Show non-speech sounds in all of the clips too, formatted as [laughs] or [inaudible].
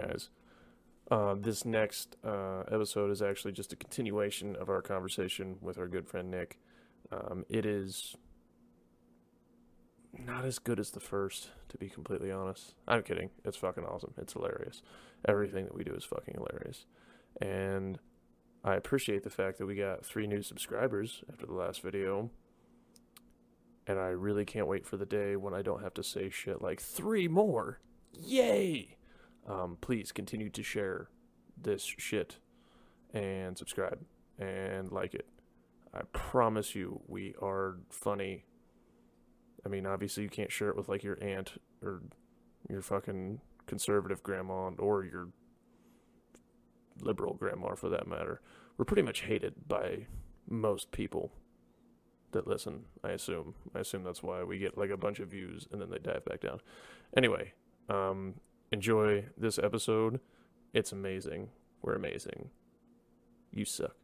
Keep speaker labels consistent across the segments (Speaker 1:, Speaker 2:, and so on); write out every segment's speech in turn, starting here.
Speaker 1: guys. Uh, this next uh, episode is actually just a continuation of our conversation with our good friend Nick. Um, it is not as good as the first, to be completely honest. I'm kidding. It's fucking awesome. It's hilarious. Everything that we do is fucking hilarious. And I appreciate the fact that we got three new subscribers after the last video. And I really can't wait for the day when I don't have to say shit like three more. Yay! Um, please continue to share this shit and subscribe and like it. I promise you, we are funny. I mean, obviously, you can't share it with like your aunt or your fucking conservative grandma or your liberal grandma for that matter. We're pretty much hated by most people that listen, I assume. I assume that's why we get like a bunch of views and then they dive back down. Anyway, um, enjoy this episode. It's amazing. We're amazing. You suck.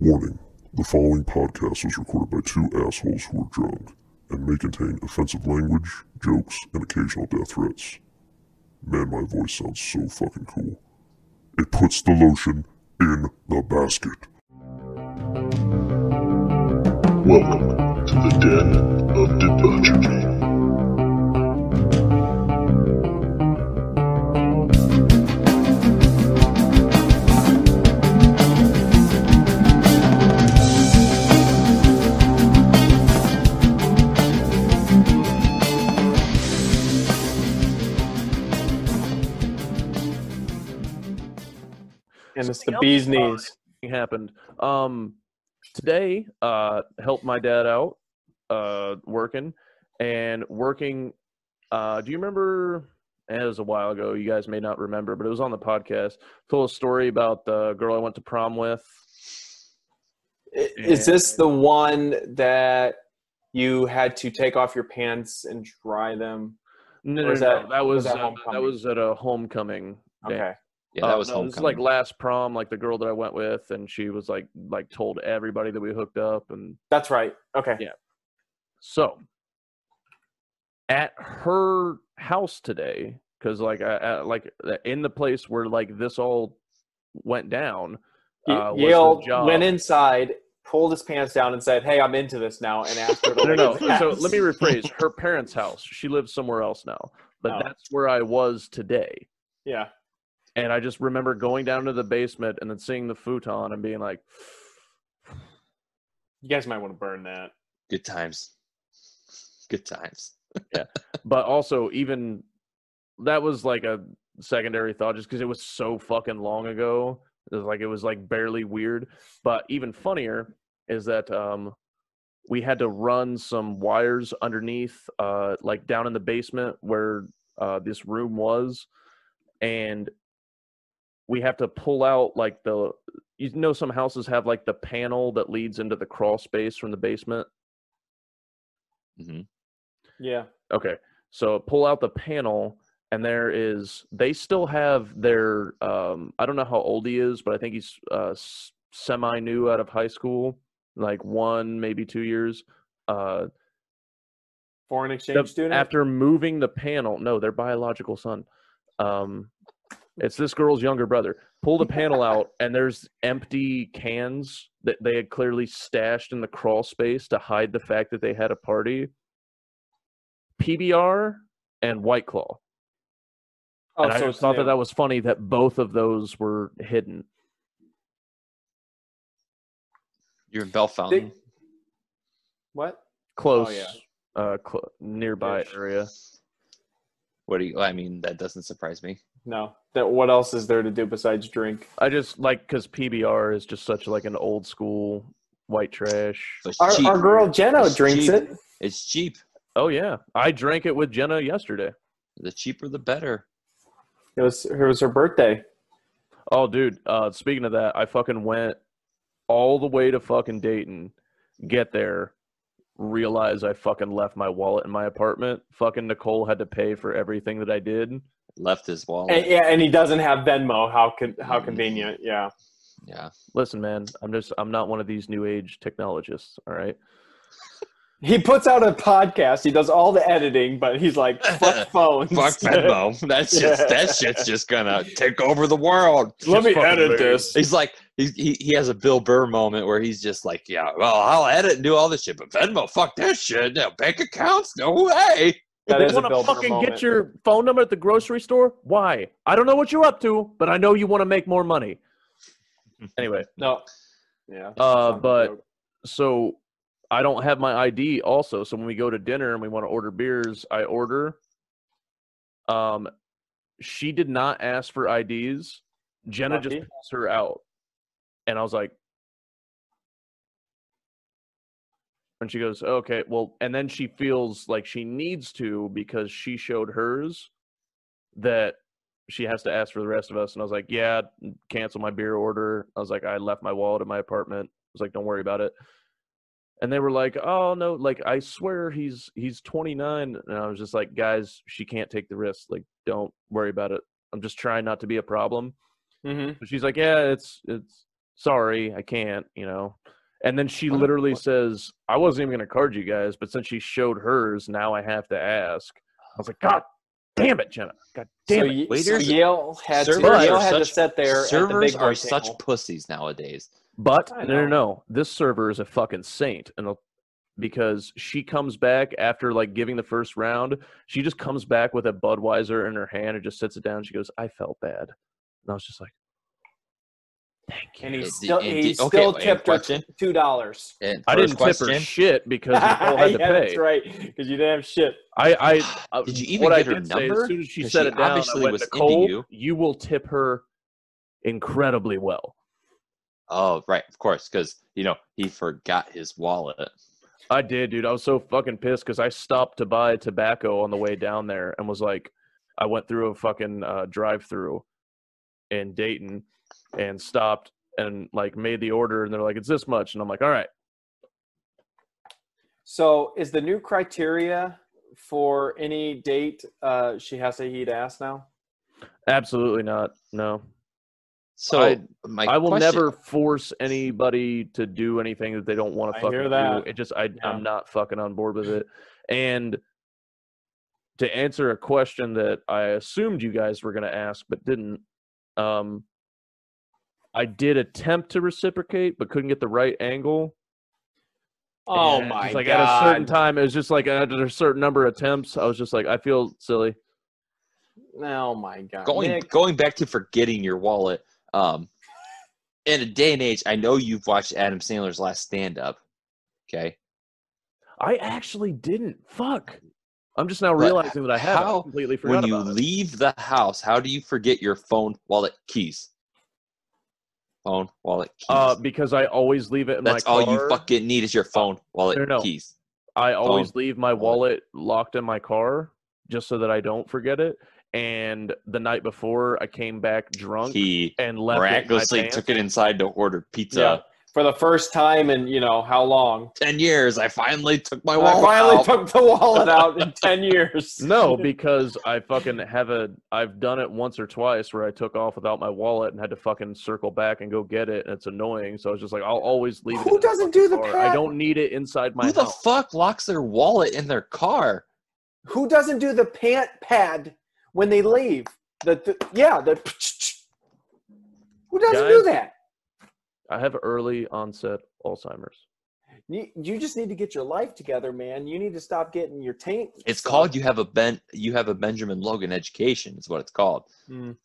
Speaker 2: Warning the following podcast was recorded by two assholes who are drunk and may contain offensive language, jokes, and occasional death threats. Man, my voice sounds so fucking cool. It puts the lotion in the basket.
Speaker 3: Welcome to the Den of Debauchery.
Speaker 4: and it's the
Speaker 1: Something
Speaker 4: bee's
Speaker 1: else, uh,
Speaker 4: knees.
Speaker 1: thing happened. Um, today, uh, helped my dad out, uh, working and working. Uh, do you remember? eh, It was a while ago. You guys may not remember, but it was on the podcast. Told a story about the girl I went to prom with.
Speaker 4: I- Is this the one that you had to take off your pants and dry them?
Speaker 1: No,
Speaker 4: Or
Speaker 1: no,
Speaker 4: is
Speaker 1: no,
Speaker 4: that-
Speaker 1: that was
Speaker 4: was that
Speaker 1: uh, that
Speaker 4: homecoming?
Speaker 1: was at a homecoming. day.
Speaker 4: Okay.
Speaker 5: Yeah, that
Speaker 1: Uh,
Speaker 5: was
Speaker 1: no, This is
Speaker 5: homecoming.
Speaker 1: like last prom, like the girl that I went with, and she was like like told everybody that we hooked up, and
Speaker 4: That's right. Okay.
Speaker 1: Yeah. So, at her house today, because like I, I, like uh, in the place where like this all went down,
Speaker 4: Ye-
Speaker 1: uh, was the
Speaker 4: Yale
Speaker 1: job-
Speaker 4: went inside, pulled his pants down, and said, "Hey, I'm into this now." And asked her to
Speaker 1: [laughs] No, no,
Speaker 4: [laughs] lick his
Speaker 1: no. So
Speaker 4: ass.
Speaker 1: let me rephrase. Her parents' house. She lives somewhere else now, but
Speaker 4: Oh.
Speaker 1: that's where I was today.
Speaker 4: Yeah.
Speaker 1: And I just remember going down to the basement and then seeing the futon and being like,
Speaker 4: You guys might want to burn that.
Speaker 5: Good times. Good times.
Speaker 1: but also even that was like a secondary thought just because it was so fucking long ago it was like it was like barely weird but even funnier is that um we had to run some wires underneath uh like down in the basement where uh this room was and we have to pull out like the you know some houses have like the panel that leads into the crawl space from the basement
Speaker 5: hmm
Speaker 4: Yeah.
Speaker 1: Okay. So pull out the panel, and there is. They still have their. Um, I don't know how old he is, but I think he's uh, semi new out of high school, like one maybe two years. Uh,
Speaker 4: Foreign
Speaker 1: the-
Speaker 4: exchange student.
Speaker 1: after moving the panel, no, their biological son. Um, it's this girl's younger brother. Pull the panel
Speaker 4: [laughs]
Speaker 1: out, and there's empty cans that they had clearly stashed in the crawl space to hide the fact that they had a party. PBR and White Claw.
Speaker 4: oh,
Speaker 1: and I
Speaker 4: so
Speaker 1: just
Speaker 4: it's
Speaker 1: thought that
Speaker 4: new.
Speaker 1: that was funny that both of those were hidden.
Speaker 5: You're in Bell Fountain.
Speaker 4: They- what?
Speaker 1: Close,
Speaker 4: Oh, yeah.
Speaker 1: uh, cl- nearby
Speaker 4: Ish.
Speaker 1: area.
Speaker 5: What do you? I mean, that doesn't surprise me.
Speaker 4: No. That. What else is there to do besides drink?
Speaker 1: I just like because PBR is just such like an old school white trash.
Speaker 5: It's
Speaker 4: Our,
Speaker 5: cheap.
Speaker 4: our girl Jeno
Speaker 5: It's
Speaker 4: drinks
Speaker 5: cheap.
Speaker 4: it.
Speaker 5: It's cheap.
Speaker 1: Oh yeah, I drank it with Jenna yesterday.
Speaker 5: The cheaper, the better.
Speaker 4: It was. It was her birthday.
Speaker 1: Oh, dude. Uh, speaking of that, I fucking went all the way to fucking Dayton, get there, realize I fucking left my wallet in my apartment. Fucking Nicole had to pay for everything that I did.
Speaker 5: Left his wallet.
Speaker 4: And, yeah, and he doesn't have Venmo. How con- how
Speaker 5: Mhm.
Speaker 4: convenient. Yeah.
Speaker 5: yeah.
Speaker 4: [laughs]
Speaker 1: Listen, man, I'm just I'm not one of these new age technologists. All right.
Speaker 4: He puts out a podcast. He does all the editing, but he's like, fuck phones.
Speaker 5: Fuck Venmo. [laughs] That's just that shit's just gonna take over the world.
Speaker 4: [laughs] Let me
Speaker 1: Just fucking
Speaker 4: edit
Speaker 1: weird.
Speaker 4: this.
Speaker 5: He's like he, he he has a Bill Burr moment where he's just like, yeah, well, I'll edit and do all this shit, but Venmo, fuck that shit. No bank accounts, no way.
Speaker 4: That is
Speaker 1: you
Speaker 4: a
Speaker 1: want
Speaker 4: Bill
Speaker 1: to
Speaker 4: Burr
Speaker 1: fucking
Speaker 4: moment.
Speaker 1: get your phone number at the grocery store? Why? I don't know what you're up to, but I know you want to make more
Speaker 4: [laughs]
Speaker 1: money. Anyway,
Speaker 4: No. Yeah.
Speaker 1: uh, but so I don't have my ID also. So when we go to dinner and we want to order beers, I order. Um, she did not ask for IDs. Jenna
Speaker 4: Lucky.
Speaker 1: just passed her out, and I was like, and she goes, okay, well, and then she feels like she needs to because she showed hers that she has to ask for the rest of us. And I was like, yeah, cancel my beer order. I was like, I left my wallet in my apartment. I was like, don't worry about it. And they were like, oh no, like I swear he's he's 29. And I was just like, guys, she can't take the risk. Like, don't worry about it. I'm just trying not to be a problem.
Speaker 4: hmm
Speaker 1: But she's like, yeah, it's it's sorry, I can't, you know. And then she
Speaker 5: What a-
Speaker 1: literally
Speaker 5: what-
Speaker 1: says, I wasn't even gonna card you guys, but since she showed hers, now I have to ask. I was like, God damn it, Jenna. God damn
Speaker 4: so,
Speaker 1: it.
Speaker 4: Ye- so
Speaker 5: Waiters-
Speaker 4: Yale had to,
Speaker 5: servers
Speaker 4: Yale
Speaker 5: are
Speaker 4: had to
Speaker 5: such-
Speaker 4: sit there. at the
Speaker 5: Servers
Speaker 4: big
Speaker 5: are
Speaker 4: boy
Speaker 5: such
Speaker 4: table.
Speaker 5: pussies nowadays.
Speaker 1: But
Speaker 4: I
Speaker 1: no, no,
Speaker 4: know.
Speaker 1: no. This server is a fucking saint, and I'll- because she comes back after like giving the first round, she just comes back with a Budweiser in her hand and just sits it down. She goes, "I felt bad," and I was just like,
Speaker 4: and he
Speaker 5: It-
Speaker 4: still,
Speaker 5: it-
Speaker 4: he
Speaker 5: it- okay,
Speaker 4: still
Speaker 5: wait,
Speaker 4: tipped her
Speaker 5: question?
Speaker 4: two dollars.
Speaker 5: [laughs] And
Speaker 1: "I
Speaker 5: first
Speaker 1: didn't
Speaker 5: question,
Speaker 1: tip her shit because
Speaker 4: [laughs]
Speaker 1: we all had to
Speaker 4: yeah,
Speaker 1: pay."
Speaker 4: that's right. Because you didn't have shit.
Speaker 1: I, I, uh,
Speaker 5: Did you even
Speaker 1: what I
Speaker 5: get her
Speaker 1: did say,
Speaker 5: number?
Speaker 1: as soon as she
Speaker 5: 'Cause
Speaker 1: set
Speaker 5: she
Speaker 1: it down,
Speaker 5: obviously
Speaker 1: I went,
Speaker 5: was into
Speaker 1: Nicole,
Speaker 5: you."
Speaker 1: will tip her incredibly well.
Speaker 5: Oh, right, of course, because you know he forgot his wallet.
Speaker 1: I did, dude. I was so fucking pissed because I stopped to buy tobacco on the way down there and was like, I went through a fucking uh, drive-through in Dayton and stopped and like made the order and they're like, it's this much, and I'm like, all right,
Speaker 4: So is the new criteria for any date uh, she has to heat ass now?
Speaker 1: absolutely not, no.
Speaker 5: So
Speaker 1: I-
Speaker 5: my
Speaker 1: I will
Speaker 5: question-
Speaker 1: never force anybody to do anything that they don't want
Speaker 4: I
Speaker 1: to fucking
Speaker 4: hear that.
Speaker 1: do. It just I
Speaker 4: Yeah.
Speaker 1: I'm not fucking on board with it. And to answer a question that I assumed you guys were going to ask but didn't um I did attempt to reciprocate but couldn't get the right angle.
Speaker 4: Oh
Speaker 1: And
Speaker 4: my
Speaker 1: just like
Speaker 4: god!
Speaker 1: at a certain time it was just like after a certain number of attempts I was just like I feel silly.
Speaker 4: oh my god!
Speaker 5: going
Speaker 4: Nick,
Speaker 5: going back to forgetting your wallet um in a day and age i know you've watched adam sandler's last stand up okay
Speaker 1: I actually didn't. Fuck. I'm just now
Speaker 5: But
Speaker 1: realizing that I have
Speaker 5: how-
Speaker 1: completely forgot
Speaker 5: when you
Speaker 1: about it.
Speaker 5: leave the house how do you forget your phone wallet keys phone wallet keys
Speaker 1: Uh, because I always leave it in
Speaker 5: that's
Speaker 1: my car.
Speaker 5: all you fucking need is your phone wallet
Speaker 1: No, no.
Speaker 5: keys
Speaker 1: I always
Speaker 5: phone.
Speaker 1: leave my
Speaker 5: Wallet.
Speaker 1: wallet locked in my car just so that I don't forget it. And the night before, I came back drunk
Speaker 5: he
Speaker 1: and left it in
Speaker 5: miraculously
Speaker 1: my pants.
Speaker 5: took it inside to order pizza
Speaker 4: Yeah. for the first time in you know how long?
Speaker 5: 10 years i finally took my
Speaker 4: I
Speaker 5: wallet
Speaker 4: finally
Speaker 5: out.
Speaker 4: took the wallet out
Speaker 1: [laughs]
Speaker 4: in ten years.
Speaker 5: [laughs]
Speaker 1: No, because I fucking have a. I've done it once or twice where I took off without my wallet and had to fucking circle back and go get it, and it's annoying. So I was just like, I'll always leave. it
Speaker 4: Who
Speaker 1: in the
Speaker 4: doesn't
Speaker 1: fucking
Speaker 4: do the
Speaker 1: car. I
Speaker 4: pat-
Speaker 1: don't need it inside my
Speaker 5: who the
Speaker 1: house.
Speaker 5: fuck locks their wallet in their car
Speaker 4: Who doesn't do the pant pad when they leave? The, the yeah, the [laughs] who doesn't do
Speaker 1: Guys?
Speaker 4: that?
Speaker 1: I have early onset Alzheimer's.
Speaker 4: You, you just need to get your life together, man. You need to stop getting your taint.
Speaker 5: It's called you have a ben you have a Benjamin Logan education is what it's called.
Speaker 4: Mm.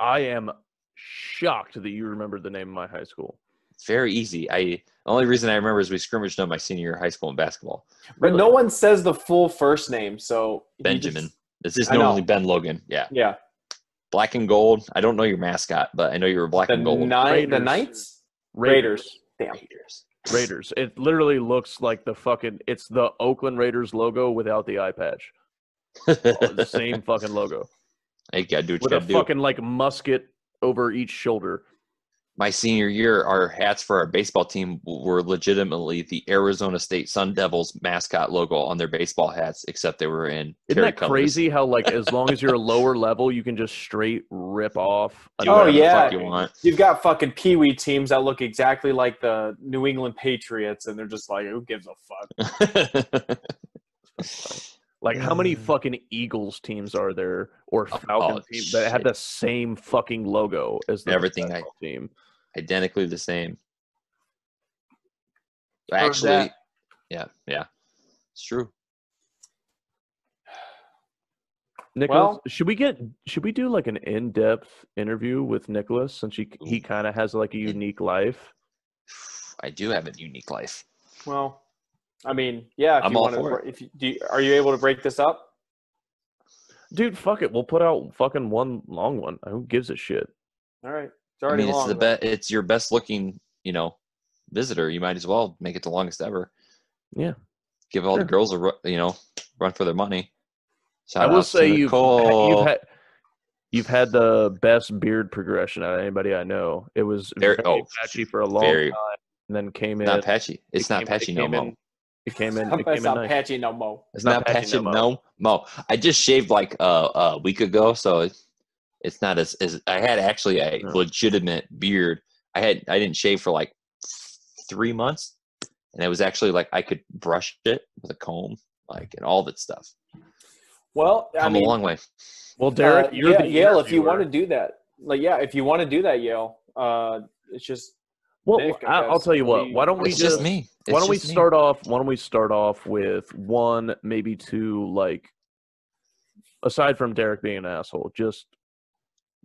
Speaker 1: I am shocked that you remembered the name of my high school.
Speaker 5: It's very easy. I the only reason I remember is we scrimmaged on my senior year of high school in basketball.
Speaker 4: But
Speaker 1: Really?
Speaker 4: no one says the full first name, so you just-
Speaker 5: Benjamin. It's just
Speaker 4: I know.
Speaker 5: normally Ben Logan. Yeah.
Speaker 4: yeah,
Speaker 5: Black and gold. I don't know your mascot, but I know you were black
Speaker 4: the
Speaker 5: and gold.
Speaker 4: nine, the
Speaker 1: Raiders.
Speaker 4: Knights, Damn.
Speaker 5: Raiders.
Speaker 1: Raiders. It literally looks like the fucking it's the Oakland Raiders logo without the eye patch. It's
Speaker 5: [laughs]
Speaker 1: the same fucking logo.
Speaker 5: Hey, you gotta do what you
Speaker 1: With a
Speaker 5: gotta do.
Speaker 1: fucking like musket over each shoulder.
Speaker 5: my senior year, our hats for our baseball team were legitimately the Arizona State Sun Devils mascot logo on their baseball hats, except they were in.
Speaker 1: Isn't
Speaker 5: terry
Speaker 1: that
Speaker 5: colors.
Speaker 1: crazy how like
Speaker 5: [laughs]
Speaker 1: as long as you're a lower level, you can just straight rip off.
Speaker 5: Do
Speaker 4: Oh,
Speaker 5: whatever the
Speaker 4: yeah.
Speaker 5: fuck you want.
Speaker 4: You've got fucking peewee teams that look exactly like the New England Patriots, and they're just like, who gives a fuck?
Speaker 5: [laughs]
Speaker 1: Like how many fucking Eagles teams are there or Falcon
Speaker 5: oh,
Speaker 1: teams that have
Speaker 5: shit.
Speaker 1: the same fucking logo as the
Speaker 5: Everything I-
Speaker 1: basketball team?
Speaker 5: Identically the same.
Speaker 4: Heard
Speaker 5: Actually,
Speaker 4: that.
Speaker 5: yeah, yeah, it's true.
Speaker 1: Nicholas,
Speaker 4: Well-
Speaker 1: should we get should we do like an in-depth interview with Nicholas since he he kind of has like a unique life?
Speaker 5: I do have a unique life.
Speaker 4: Well, I mean, yeah. If
Speaker 5: I'm
Speaker 4: you
Speaker 5: all
Speaker 4: want
Speaker 5: for
Speaker 4: to, if you, do you, are you able to break this up?
Speaker 1: Dude, fuck it. We'll put out fucking one long one. Who gives a shit?
Speaker 4: All right, it's
Speaker 5: I
Speaker 4: already
Speaker 5: mean, it's
Speaker 4: long.
Speaker 5: the best. It's your best looking, you know, visitor. You might as well make it the longest ever.
Speaker 1: Yeah.
Speaker 5: Give all
Speaker 1: Sure.
Speaker 5: the girls a ru- you know run for their money.
Speaker 1: I
Speaker 5: Shout
Speaker 1: will
Speaker 5: out to
Speaker 1: say you've,
Speaker 5: Nicole.
Speaker 1: you've had you've had the best beard progression out of anybody I know. It was
Speaker 5: There-
Speaker 1: very
Speaker 5: oh,
Speaker 1: patchy for a long
Speaker 5: very-
Speaker 1: time, and then came in.
Speaker 5: not patchy. It's
Speaker 1: it
Speaker 5: not
Speaker 1: came-
Speaker 5: patchy
Speaker 1: it
Speaker 5: no
Speaker 1: came
Speaker 5: more.
Speaker 1: in- It came
Speaker 4: [laughs]
Speaker 1: in. It
Speaker 4: It's
Speaker 1: came in
Speaker 4: not
Speaker 1: nice.
Speaker 4: patchy no more.
Speaker 5: It's not, patchy no, mo. I just shaved like uh, a week ago, so it- it's not as, as I had actually a
Speaker 1: Yeah.
Speaker 5: legitimate beard. I had I didn't shave for like three months, and it was actually like I could brush it with a comb, like and all that stuff.
Speaker 4: Well, I
Speaker 5: Come
Speaker 4: mean,
Speaker 5: a long way.
Speaker 1: Well, Derek,
Speaker 4: uh,
Speaker 1: you're
Speaker 4: yeah,
Speaker 1: the
Speaker 4: Yale. If you want to
Speaker 1: interviewer.
Speaker 4: do that, like, yeah, if you want to do that, Yale. Uh, it's just
Speaker 1: well,
Speaker 4: Nick, I
Speaker 1: I, I'll
Speaker 4: guess,
Speaker 1: tell you what.
Speaker 4: we-
Speaker 1: Why don't we
Speaker 5: It's just,
Speaker 1: just
Speaker 5: me. It's
Speaker 1: why don't we
Speaker 5: just me.
Speaker 1: start off why don't we start off with one maybe two like aside from derek being an asshole just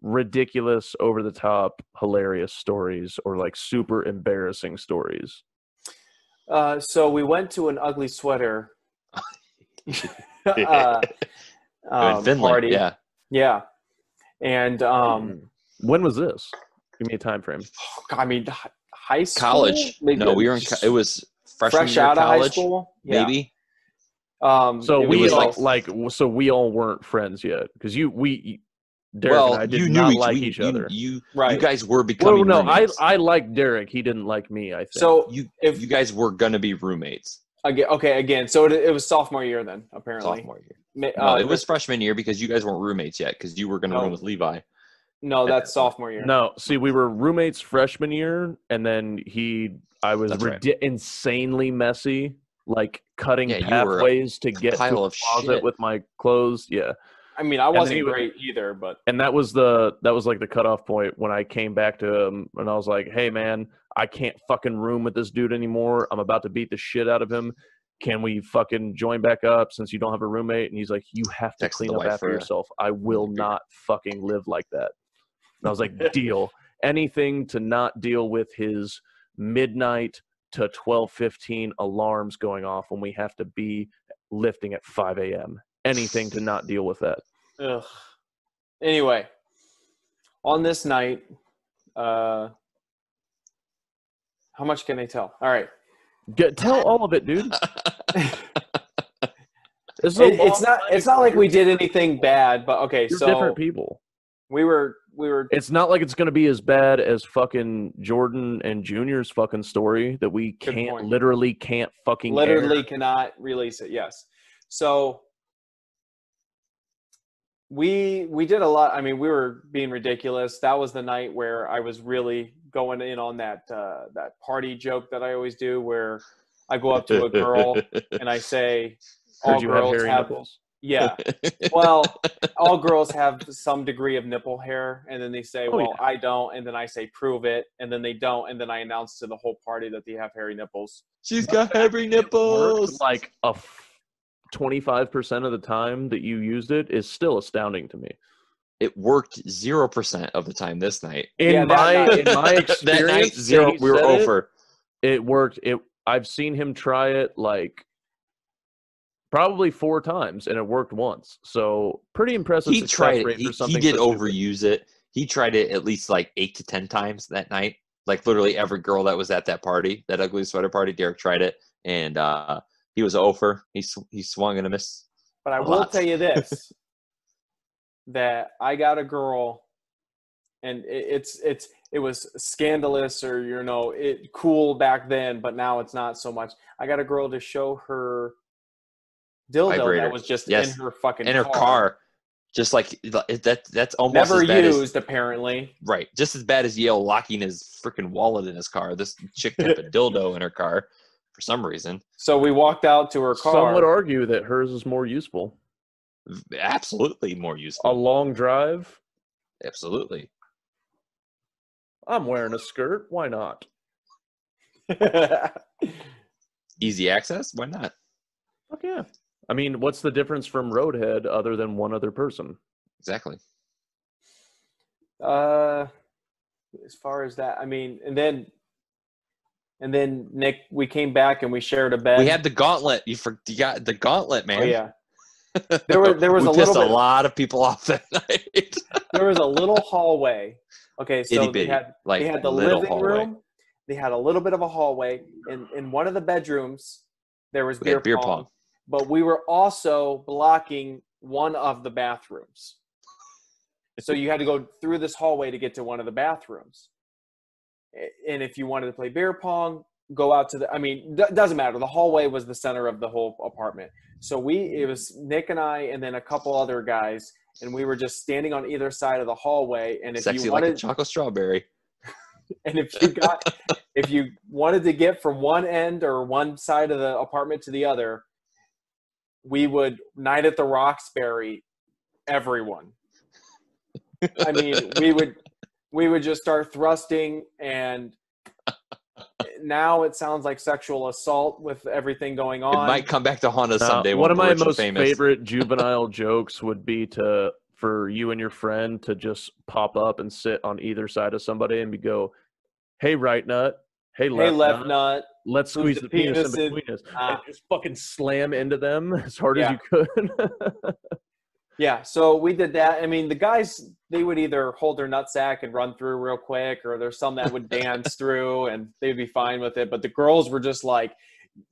Speaker 1: ridiculous over the top hilarious stories or like super embarrassing stories
Speaker 4: Uh, so we went to an ugly sweater [laughs]
Speaker 5: [laughs]
Speaker 4: uh,
Speaker 5: I'm
Speaker 4: um,
Speaker 5: in Finland?
Speaker 4: party.
Speaker 5: Yeah, Mm-hmm.
Speaker 4: yeah, and um,
Speaker 1: when was this give me a time frame
Speaker 4: I mean, hi- high school,
Speaker 5: college.
Speaker 4: Like,
Speaker 5: no, we were in. co- It was freshman
Speaker 4: fresh
Speaker 5: year
Speaker 4: out
Speaker 5: of
Speaker 4: of high
Speaker 5: college,
Speaker 4: school. Yeah.
Speaker 5: maybe.
Speaker 4: Um,
Speaker 1: so
Speaker 4: it
Speaker 1: we
Speaker 5: was
Speaker 1: all,
Speaker 5: like-
Speaker 1: like, w- so we all weren't friends yet because you we derek
Speaker 5: well,
Speaker 1: and i did
Speaker 5: you knew
Speaker 1: not
Speaker 5: each,
Speaker 1: like
Speaker 5: we-
Speaker 1: each
Speaker 5: you-
Speaker 1: other
Speaker 5: You,
Speaker 4: right.
Speaker 5: you guys were becoming.
Speaker 1: well no i
Speaker 5: roommates.
Speaker 1: i liked derek he didn't like me i think
Speaker 4: so
Speaker 5: you
Speaker 4: if-
Speaker 5: you guys were gonna be roommates
Speaker 4: again, okay, again, so it, it was sophomore year then apparently.
Speaker 5: sophomore year.
Speaker 4: Ma-
Speaker 5: No,
Speaker 4: uh,
Speaker 5: it was freshman year because you guys weren't roommates yet because you were gonna
Speaker 4: No.
Speaker 5: room with Levi.
Speaker 4: no, that's sophomore year.
Speaker 1: No, see, we were roommates freshman year, and then he, I was
Speaker 5: That's right.
Speaker 1: ridi- insanely messy, like cutting
Speaker 5: Yeah, you were a
Speaker 1: pathways to get to a
Speaker 5: Pile of
Speaker 1: closet
Speaker 5: shit. [laughs]
Speaker 1: with my clothes. Yeah,
Speaker 4: I mean, I
Speaker 1: And then
Speaker 4: wasn't
Speaker 1: he was-
Speaker 4: great either, but
Speaker 1: and that was the that was like the cutoff point when I came back to him, and I was like, "Hey, man, I can't fucking room with this dude anymore. I'm about to beat the shit out of him." Can we fucking join back up since you don't have a roommate? And he's like, "You have to
Speaker 5: Texted
Speaker 1: clean
Speaker 5: the
Speaker 1: up
Speaker 5: wife
Speaker 1: after
Speaker 5: for-
Speaker 1: yourself. I
Speaker 5: [laughs]
Speaker 1: will not fucking live like that." And I was like, "Deal. Anything to not deal with his midnight to twelve fifteen alarms going off when we have to be lifting at five a.m. Anything to not deal with that."
Speaker 4: ugh. anyway, on this night, uh, how much can I tell? All right,
Speaker 1: Get, tell all of it, dude.
Speaker 4: [laughs]
Speaker 1: This is a
Speaker 4: It-
Speaker 1: long
Speaker 4: it's not
Speaker 1: time
Speaker 4: it's not like we did
Speaker 1: experience.
Speaker 4: anything bad, but okay,
Speaker 1: You're
Speaker 4: so
Speaker 1: different people.
Speaker 4: we were we were
Speaker 1: It's not like it's going to be as bad as fucking Jordan and Junior's fucking story that we
Speaker 4: Good
Speaker 1: can't
Speaker 4: point.
Speaker 1: literally can't fucking air.
Speaker 4: literally cannot release it yes so we we did a lot i mean we were being ridiculous that was the night where i was really going in on that uh, that party joke that i always do where i go up to
Speaker 1: [laughs]
Speaker 4: a girl and i say
Speaker 1: Heard
Speaker 4: all
Speaker 1: you have
Speaker 4: girls
Speaker 1: hairy
Speaker 4: have
Speaker 1: nipples. [laughs]
Speaker 4: yeah well all girls have some degree of nipple hair and then they say
Speaker 1: Oh,
Speaker 4: well i don't and then i say prove it and then they don't and then i announce to the whole party that they have hairy nipples
Speaker 5: [laughs] She's got hairy
Speaker 1: It worked
Speaker 5: nipples.
Speaker 1: Like a twenty-five percent of the time that you used it is still astounding to me.
Speaker 5: It worked zero percent of the time this night.
Speaker 1: In
Speaker 4: Yeah, [laughs] that
Speaker 1: my
Speaker 4: night-
Speaker 1: in my experience,
Speaker 5: [laughs] that
Speaker 1: that
Speaker 5: night
Speaker 1: he
Speaker 5: [laughs] zero. We were
Speaker 1: said it,
Speaker 5: over.
Speaker 1: it worked it i've seen him try it like probably four times and it worked once so pretty impressive
Speaker 5: He
Speaker 1: success
Speaker 5: tried it.
Speaker 1: rate
Speaker 5: He,
Speaker 1: for
Speaker 5: he
Speaker 1: something
Speaker 5: did
Speaker 1: so stupid.
Speaker 5: overuse it. He tried it at least like eight to ten times that night. Like literally every girl that was at that party, that ugly sweater party, Derek tried it, and uh, he was over. He sw- he swung and a miss.
Speaker 4: But I
Speaker 5: A
Speaker 4: will
Speaker 5: [laughs] lot.
Speaker 4: tell you this that I got a girl and it, it's it's it was scandalous or you know it cool back then, but now it's not so much. I got a girl to show her dildo
Speaker 5: Vibrator.
Speaker 4: that was just
Speaker 5: Yes.
Speaker 4: in her fucking
Speaker 5: in her car, just like that. That's almost
Speaker 4: never
Speaker 5: as bad as-
Speaker 4: used apparently.
Speaker 5: Right. Just as bad as Yale locking his freaking wallet in his car. This chick kept a dildo in her car for some reason.
Speaker 4: So we walked out to her car.
Speaker 1: Some would argue that hers is more useful.
Speaker 5: Absolutely more
Speaker 1: A
Speaker 5: useful.
Speaker 1: long drive.
Speaker 5: Absolutely.
Speaker 1: I'm wearing a skirt. Why not?
Speaker 5: Easy access? Why not?
Speaker 1: Fuck yeah. I mean, what's the difference from Roadhead other than one other person?
Speaker 5: Exactly.
Speaker 4: [laughs] Uh, as far as that, I mean, and then, and then Nick, we came back and we shared a bed.
Speaker 5: We had the gauntlet. You forgot you got the gauntlet, man.
Speaker 4: oh yeah, there were-
Speaker 5: [laughs]
Speaker 4: there was
Speaker 5: we
Speaker 4: a
Speaker 5: pissed
Speaker 4: little bit-
Speaker 5: a lot of people [laughs] off that night.
Speaker 4: there was a little hallway. Okay, [laughs] so
Speaker 5: Itty
Speaker 4: they
Speaker 5: bitty.
Speaker 4: had
Speaker 5: Like
Speaker 4: they had the
Speaker 5: little
Speaker 4: living
Speaker 5: hallway.
Speaker 4: room. They had a little bit of a hallway. In in one of the bedrooms, there was
Speaker 5: We had
Speaker 4: beer,
Speaker 5: beer
Speaker 4: pong,
Speaker 5: pong.
Speaker 4: but we were also blocking one of the bathrooms. So you had to go through this hallway to get to one of the bathrooms. A- And if you wanted to play beer pong, go out to the I mean, d- doesn't matter. The hallway was the center of the whole apartment. So we it was Nick and I and then a couple other guys and we were just standing on either side of the hallway and if
Speaker 5: Sexy
Speaker 4: you
Speaker 5: like
Speaker 4: wanted
Speaker 5: a chocolate strawberry.
Speaker 4: [laughs] and if you got if you wanted to get from one end or one side of the apartment to the other, we would night at the Roxbury everyone. I mean, we would we would just start thrusting and now it sounds like sexual assault with everything going on.
Speaker 5: It might come back to haunt us
Speaker 1: Now,
Speaker 5: someday.
Speaker 1: Uh, one
Speaker 5: when
Speaker 1: of my
Speaker 5: we're rich and
Speaker 1: most
Speaker 5: famous. [laughs]
Speaker 1: favorite juvenile jokes would be to for you and your friend to just pop up and sit on either side of somebody and be go, "Hey, right nut. Hey,
Speaker 4: hey
Speaker 1: left,
Speaker 4: left
Speaker 1: nut.
Speaker 4: nut.
Speaker 1: Let's
Speaker 4: move
Speaker 1: squeeze the, penis, in between us."
Speaker 4: Ah.
Speaker 1: and just fucking slam into them [laughs] as hard
Speaker 4: Yeah.
Speaker 1: as you could. [laughs]
Speaker 4: Yeah, so we did that. I mean, the guys they would either hold their nutsack and run through real quick, or there's some that would
Speaker 5: [laughs]
Speaker 4: dance through and they'd be fine with it. But the girls were just like,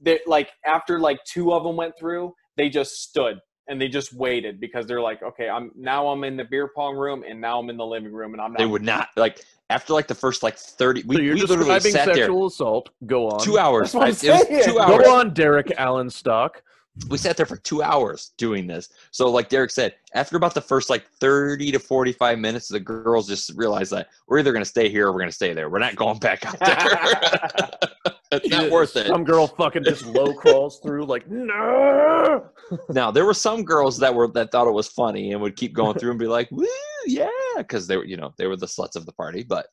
Speaker 4: they like after like two of them went through, they just stood and they just waited because they're like, okay, I'm now I'm in the beer pong room and now I'm in the living room and I'm not.
Speaker 5: They would not like after like the first like thirty we,
Speaker 1: so you're
Speaker 5: we literally
Speaker 1: describing
Speaker 5: sat there
Speaker 1: sexual assault. Go on.
Speaker 5: two hours.
Speaker 4: That's what I'm
Speaker 5: I- it was
Speaker 4: saying.
Speaker 5: two
Speaker 4: Go
Speaker 5: hours.
Speaker 1: Go on, Derek Allen Stock.
Speaker 5: we sat there for two hours doing this. So, like Derek said, after about the first like 30 to 45 minutes, the girls just realized that we're either going to stay here or we're going to stay there. We're not going back out there.
Speaker 4: [laughs]
Speaker 5: it's not worth it.
Speaker 1: Some girl fucking just low crawls through like, no.
Speaker 5: Now, there were some girls that were that thought it was funny and would keep going through and be like, woo, yeah, because they were, you know, they were the sluts of the party. But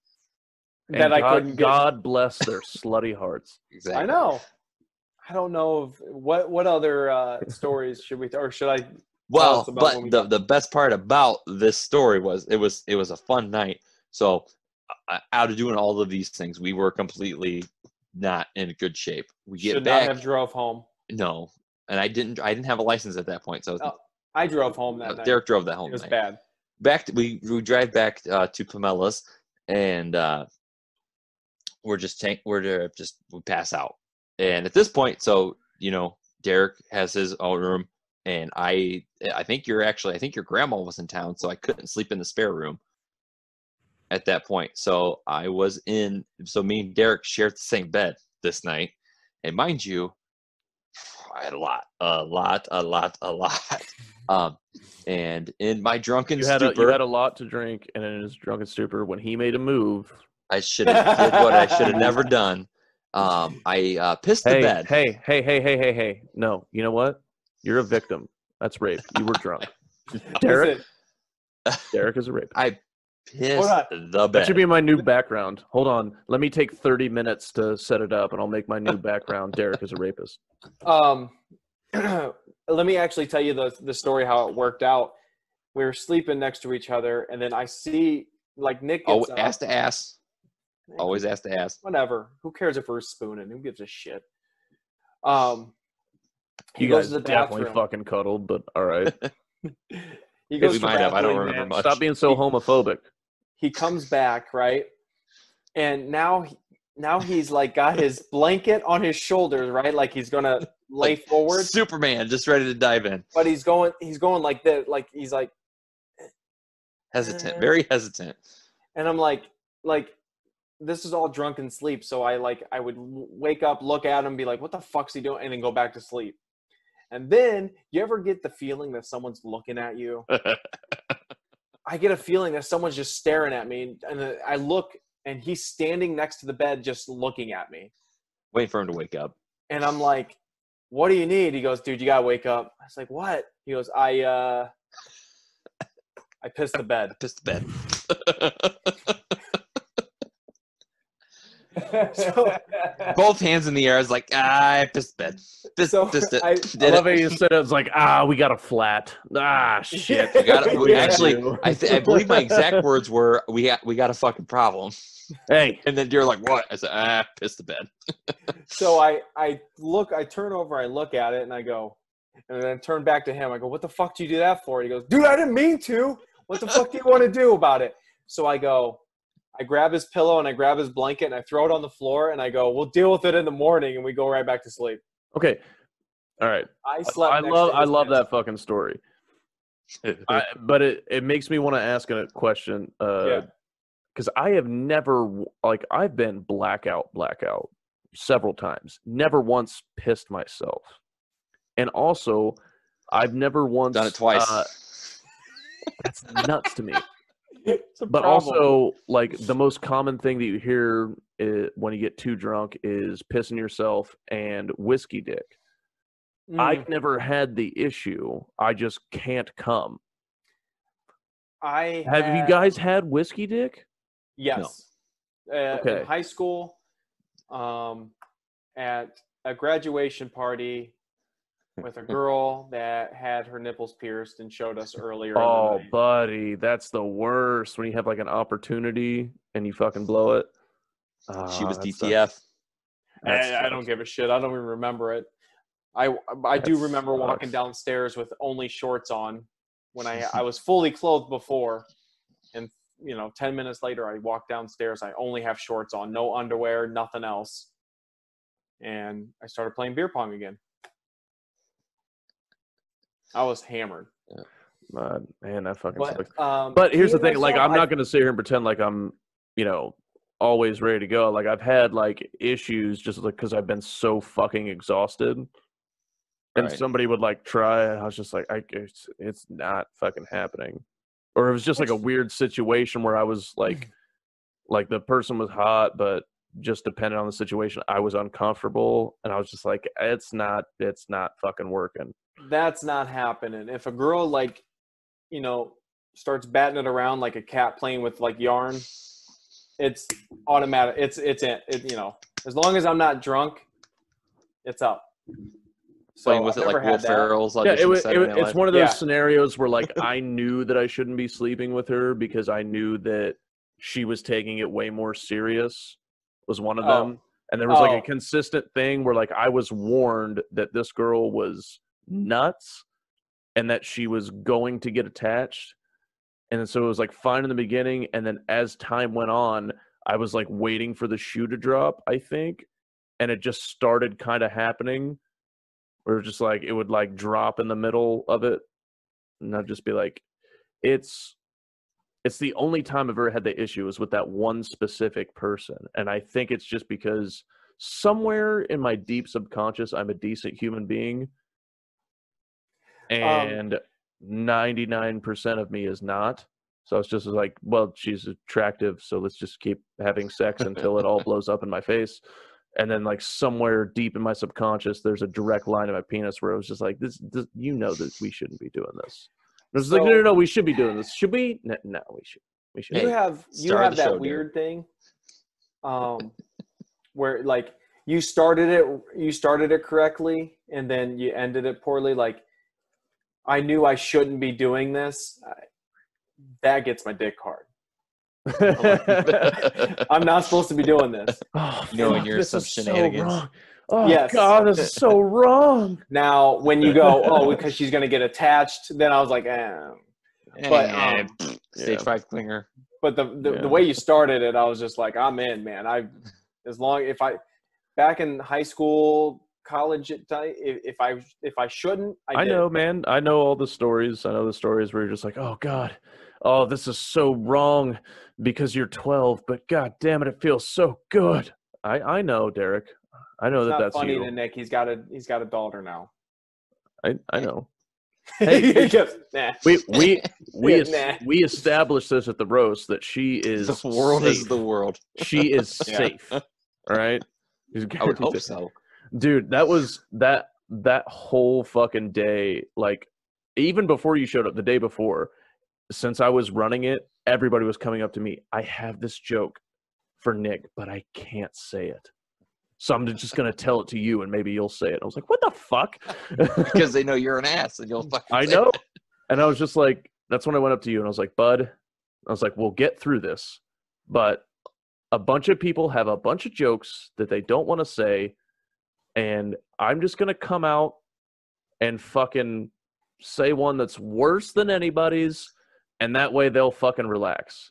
Speaker 1: And
Speaker 4: That I
Speaker 1: God,
Speaker 4: couldn't get-
Speaker 1: God bless their slutty hearts.
Speaker 5: exactly.
Speaker 4: I know. I don't know of what what other uh, stories should we or should I? Tell
Speaker 5: Well,
Speaker 4: us about
Speaker 5: but
Speaker 4: what we
Speaker 5: the, the best part about this story was it was it was a fun night. So uh, out of doing all of these things, we were completely not in good shape. We get
Speaker 4: should
Speaker 5: back
Speaker 4: not have drove home.
Speaker 5: no, and I didn't I didn't have a license at that point. So
Speaker 4: Oh, I drove home
Speaker 5: uh,
Speaker 4: that night.
Speaker 5: Derek drove that home.
Speaker 4: it was
Speaker 5: night.
Speaker 4: bad.
Speaker 5: Back to, we we drive back uh, to Pamela's and uh, we're just tank we're there, just we pass out. And at this point, so you know, Derek has his own room, and I I think you're actually I think your grandma was in town, so I couldn't sleep in the spare room at that point. So I was in so me and Derek shared the same bed this night, and mind you, I had a lot, a lot, a lot,
Speaker 1: [laughs]
Speaker 5: a lot. Um, and in my drunken
Speaker 1: You had, a,
Speaker 5: stupor,
Speaker 1: you had a lot to drink, and in his drunken stupor, when he made a move,
Speaker 5: I should have did what I should
Speaker 4: [laughs]
Speaker 5: have never done. Um, I uh, pissed the
Speaker 1: hey,
Speaker 5: bed.
Speaker 1: hey, hey, hey, hey, hey, hey. No, you know what? You're a victim. That's rape. You were drunk. Derek,
Speaker 4: Listen,
Speaker 1: Derek is a rape.
Speaker 5: I pissed the
Speaker 1: That
Speaker 5: bed.
Speaker 1: should be my new background. Hold on. Let me take 30 minutes to set it up, and I'll make my new background. Derek is a rapist.
Speaker 4: um, [clears throat] let me actually tell you the the story how it worked out. We were sleeping next to each other, and then I see like Nick
Speaker 5: oh,
Speaker 4: gets up.
Speaker 5: ass to ass. Always ass to ass.
Speaker 4: whatever. Who cares if we're spooning? Who gives a shit? Um, he
Speaker 1: You
Speaker 4: goes
Speaker 1: guys
Speaker 4: to the
Speaker 1: definitely
Speaker 4: bathroom.
Speaker 1: fucking cuddled, but all
Speaker 5: [laughs]
Speaker 1: right.
Speaker 4: [laughs] He
Speaker 5: we
Speaker 4: goes to the
Speaker 5: might have, I don't
Speaker 4: bathroom,
Speaker 5: remember
Speaker 4: man.
Speaker 5: much.
Speaker 1: Stop being so homophobic.
Speaker 4: he comes back right and now he- now he's like got
Speaker 5: [laughs]
Speaker 4: his blanket on his shoulders right like he's gonna lay
Speaker 5: Like,
Speaker 4: forward
Speaker 5: Superman, just ready to dive in.
Speaker 4: but he's going he's going like that like he's like
Speaker 5: Hesitant,
Speaker 4: Uh,
Speaker 5: very hesitant.
Speaker 4: and I'm like, like this is all drunken sleep. So I like I would w- wake up, look at him, be like, "What the fuck's he doing?" and then go back to sleep. And then you ever get the feeling that someone's looking at you? I get a feeling that someone's just staring at me, and, and uh, I look, and he's standing next to the bed, just looking at me.
Speaker 5: Waiting for him to wake up.
Speaker 4: And I'm like, "What do you need?" He goes, "Dude, you gotta wake up." I was like, "What?" He goes, "I uh, I pissed the bed."
Speaker 5: Pissed the bed. [laughs]
Speaker 4: So
Speaker 5: Both hands in the air. I was like, ah, I pissed the bed. Pissed,
Speaker 4: So,
Speaker 5: pissed it.
Speaker 4: [laughs] I-
Speaker 5: Did
Speaker 1: I
Speaker 5: it.
Speaker 1: love how you said it was like, ah, we got a flat. [laughs] Ah, shit.
Speaker 5: We
Speaker 4: [laughs]
Speaker 5: got it. We
Speaker 1: Yeah.
Speaker 5: actually, I, th- I believe my exact words were, "We got, we got a fucking problem."
Speaker 1: Hey,
Speaker 5: And then you're like, "What?" I said, "Ah, pissed the bed." [laughs]
Speaker 4: so I I look, I turn over, I look at it, and I go, and then I turn back to him. I go, "What the fuck do you do that for?" He goes, "Dude, I didn't mean to. What the fuck do you want to do about it?" So I go, I grab his pillow and I grab his blanket and I throw it on the floor and I go, "We'll deal with it in the morning," and we go right back to sleep.
Speaker 1: okay. All right.
Speaker 4: I slept.
Speaker 1: I
Speaker 4: next
Speaker 1: love
Speaker 4: to
Speaker 1: I
Speaker 4: his
Speaker 1: love
Speaker 4: bed.
Speaker 1: that fucking story. I, but it, it makes me want to ask a question. Uh,
Speaker 4: Yeah.
Speaker 1: Because I have never, w- like, I've been blackout, blackout several times. Never once pissed myself. And also, I've never once
Speaker 5: Done it twice.
Speaker 1: uh, that's nuts
Speaker 4: [laughs]
Speaker 1: to me.
Speaker 4: It's a
Speaker 1: But
Speaker 4: problem.
Speaker 1: also, like the most common thing that you hear i when you get too drunk is pissing yourself and whiskey dick.
Speaker 4: Mm.
Speaker 1: I've never had the issue. I just can't come.
Speaker 4: I
Speaker 1: Have you
Speaker 4: had-
Speaker 1: guys had whiskey dick?
Speaker 4: Yes. Uh,
Speaker 1: Okay.
Speaker 4: In high school, um, at a graduation party with
Speaker 1: [laughs]
Speaker 4: a girl that had her nipples pierced and showed us earlier. in the
Speaker 1: Oh,
Speaker 4: night.
Speaker 1: buddy, that's the worst when you have like an opportunity and you fucking blow it.
Speaker 5: she
Speaker 1: Ah,
Speaker 5: was
Speaker 1: that
Speaker 5: DTF.
Speaker 1: sucks. That
Speaker 4: I, I don't
Speaker 1: sucks.
Speaker 4: give a shit. I don't even remember it. I I do
Speaker 1: That
Speaker 4: remember walking
Speaker 1: sucks.
Speaker 4: downstairs with only shorts on when I
Speaker 1: [laughs]
Speaker 4: I was fully clothed before, and you know, ten minutes later I walk downstairs. I only have shorts on, no underwear, nothing else, and I started playing beer pong again. I was hammered.
Speaker 1: Uh, man, that fucking sucks.
Speaker 4: But, um,
Speaker 1: But here's the
Speaker 4: me and
Speaker 1: thing: like,
Speaker 4: myself,
Speaker 1: I'm
Speaker 4: I-
Speaker 1: not going to sit here and pretend like I'm, you know, always ready to go. Like, I've had like issues just like because I've been so fucking exhausted. And
Speaker 5: Right.
Speaker 1: somebody would like try, and I was just like, I, it's it's not fucking happening. Or it was just like a
Speaker 4: It's-
Speaker 1: weird situation where I was
Speaker 4: [laughs]
Speaker 1: like, like the person was hot, but just depending on the situation, I was uncomfortable, and I was just like, it's not, it's not fucking working.
Speaker 4: that's not happening. If a girl like, you know, starts batting it around like a cat playing with like yarn, it's automatic. It's it's in. It, you know, as long as I'm not drunk, it's up. So
Speaker 5: Playing with
Speaker 4: I've
Speaker 5: it
Speaker 4: never
Speaker 5: like
Speaker 4: had
Speaker 5: Will
Speaker 4: that.
Speaker 5: Ferrell's
Speaker 1: yeah,
Speaker 5: audition
Speaker 1: it was,
Speaker 5: set
Speaker 1: it
Speaker 5: in
Speaker 1: was,
Speaker 5: LA.
Speaker 1: it's one of those
Speaker 4: Yeah.
Speaker 1: scenarios where like I knew that I shouldn't be sleeping with her because I knew that she was taking it way more serious was one of
Speaker 4: Oh.
Speaker 1: them. And there was like
Speaker 4: Oh.
Speaker 1: a consistent thing where like I was warned that this girl was nuts and that she was going to get attached. And then so it was like fine in the beginning and then as time went on, I was like waiting for the shoe to drop, I think, and it just started kind of happening where it was just like it would like drop in the middle of it and i'd just be like it's it's the only time i've ever had the issue is with that one specific person and i think it's just because somewhere in my deep subconscious i'm a decent human being and 99% of me is not so it's just like well she's attractive so let's just keep having sex until it all blows up in my face and then like somewhere deep in my subconscious there's a direct line in my penis where it was just like this, this you know that we shouldn't be doing this And it's like no no
Speaker 4: So-
Speaker 1: no we should be doing this should we no, no we should we should
Speaker 4: You
Speaker 5: Hey,
Speaker 4: have you
Speaker 5: star of
Speaker 4: have
Speaker 5: the
Speaker 4: that
Speaker 5: show, dude.
Speaker 4: weird thing, um, where like you started it you started it correctly and then you ended it poorly. Like I knew I shouldn't be doing this. I, that gets my dick hard.
Speaker 1: [laughs] um,
Speaker 5: [laughs]
Speaker 4: I'm not supposed to be doing this.
Speaker 1: oh,
Speaker 5: You know, and
Speaker 1: fuck,
Speaker 5: you're
Speaker 1: this
Speaker 5: some
Speaker 1: is so
Speaker 5: shenanigans.
Speaker 1: wrong. oh
Speaker 4: Yes.
Speaker 1: god this is
Speaker 4: [laughs]
Speaker 1: so wrong
Speaker 4: Now, when you go, oh, because she's going to get attached, then I was like, eh. But,
Speaker 5: Eh,
Speaker 4: um,
Speaker 5: pfft, stage
Speaker 1: yeah.
Speaker 5: five clinger.
Speaker 4: But the the,
Speaker 1: Yeah.
Speaker 4: the way you started it, I was just like, I'm in, man. I as long if I back in high school, college, it- I- if, if I if I shouldn't, I,
Speaker 1: I
Speaker 4: did.
Speaker 1: know, man. I know all the stories. I know the stories where you're just like, oh God, oh, this is so wrong because you're 12, but god damn it, it feels so good. I, I know, Derek. I know
Speaker 4: It's
Speaker 1: that
Speaker 4: not
Speaker 1: that's
Speaker 4: funny
Speaker 1: you.
Speaker 4: to Nick. He's got a he's got a daughter now.
Speaker 1: I, I know.
Speaker 4: [laughs] He
Speaker 1: Hey.
Speaker 4: goes, nah.
Speaker 1: We
Speaker 5: [laughs]
Speaker 1: we we
Speaker 4: Yeah,
Speaker 1: es-
Speaker 4: nah.
Speaker 1: we established this at the roast that she is
Speaker 5: [laughs] the world is
Speaker 1: safe.
Speaker 5: the [laughs] world.
Speaker 1: she is
Speaker 5: Yeah.
Speaker 1: safe. All right. She's
Speaker 5: [laughs] I would
Speaker 1: guaranteed
Speaker 5: hope
Speaker 1: safe.
Speaker 5: so.
Speaker 1: dude that was that that whole fucking day like even before you showed up the day before since i was running it everybody was coming up to me i have this joke for nick but i can't say it so i'm just gonna tell it to you and maybe you'll say it i was like what the fuck
Speaker 5: Because they know you're an ass and
Speaker 1: [laughs]
Speaker 5: you'll fucking
Speaker 1: i
Speaker 5: say
Speaker 1: know
Speaker 5: it.
Speaker 1: and i was just like that's when i went up to you and i was like bud i was like we'll get through this but a bunch of people have a bunch of jokes that they don't want to say and i'm just gonna come out and fucking say one that's worse than anybody's and that way they'll fucking relax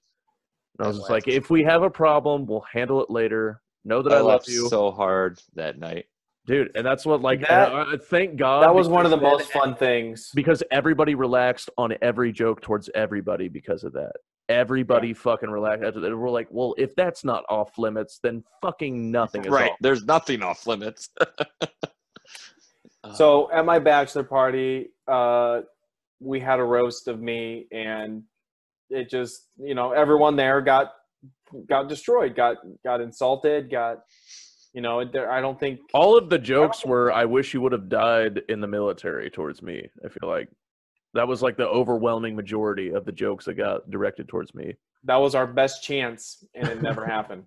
Speaker 1: and i was
Speaker 5: I
Speaker 1: just like
Speaker 5: laughed.
Speaker 1: if we have a problem we'll handle it later know that i,
Speaker 5: I
Speaker 1: love
Speaker 5: laughed
Speaker 1: you
Speaker 5: so hard that night.
Speaker 1: dude and that's what like
Speaker 4: That-
Speaker 1: I- I- thank god
Speaker 4: that was one of the
Speaker 1: because then
Speaker 4: most fun things.
Speaker 1: because everybody relaxed on every joke towards everybody because of that. Everybody fucking relaxed. after that. We're like, well, if that's not off limits, then fucking nothing is
Speaker 5: Right.
Speaker 1: off.
Speaker 5: There's nothing off limits. [laughs] Uh,
Speaker 4: So at my bachelor party, uh, we had a roast of me, and it just you know everyone there got got destroyed, got got insulted, got you know. There, I don't think
Speaker 1: All of the jokes were, I wish you would have died in the military towards me. I feel like that was like the overwhelming majority of the jokes that got directed towards me.
Speaker 4: that was our best chance, and
Speaker 1: [laughs]
Speaker 4: it never happened.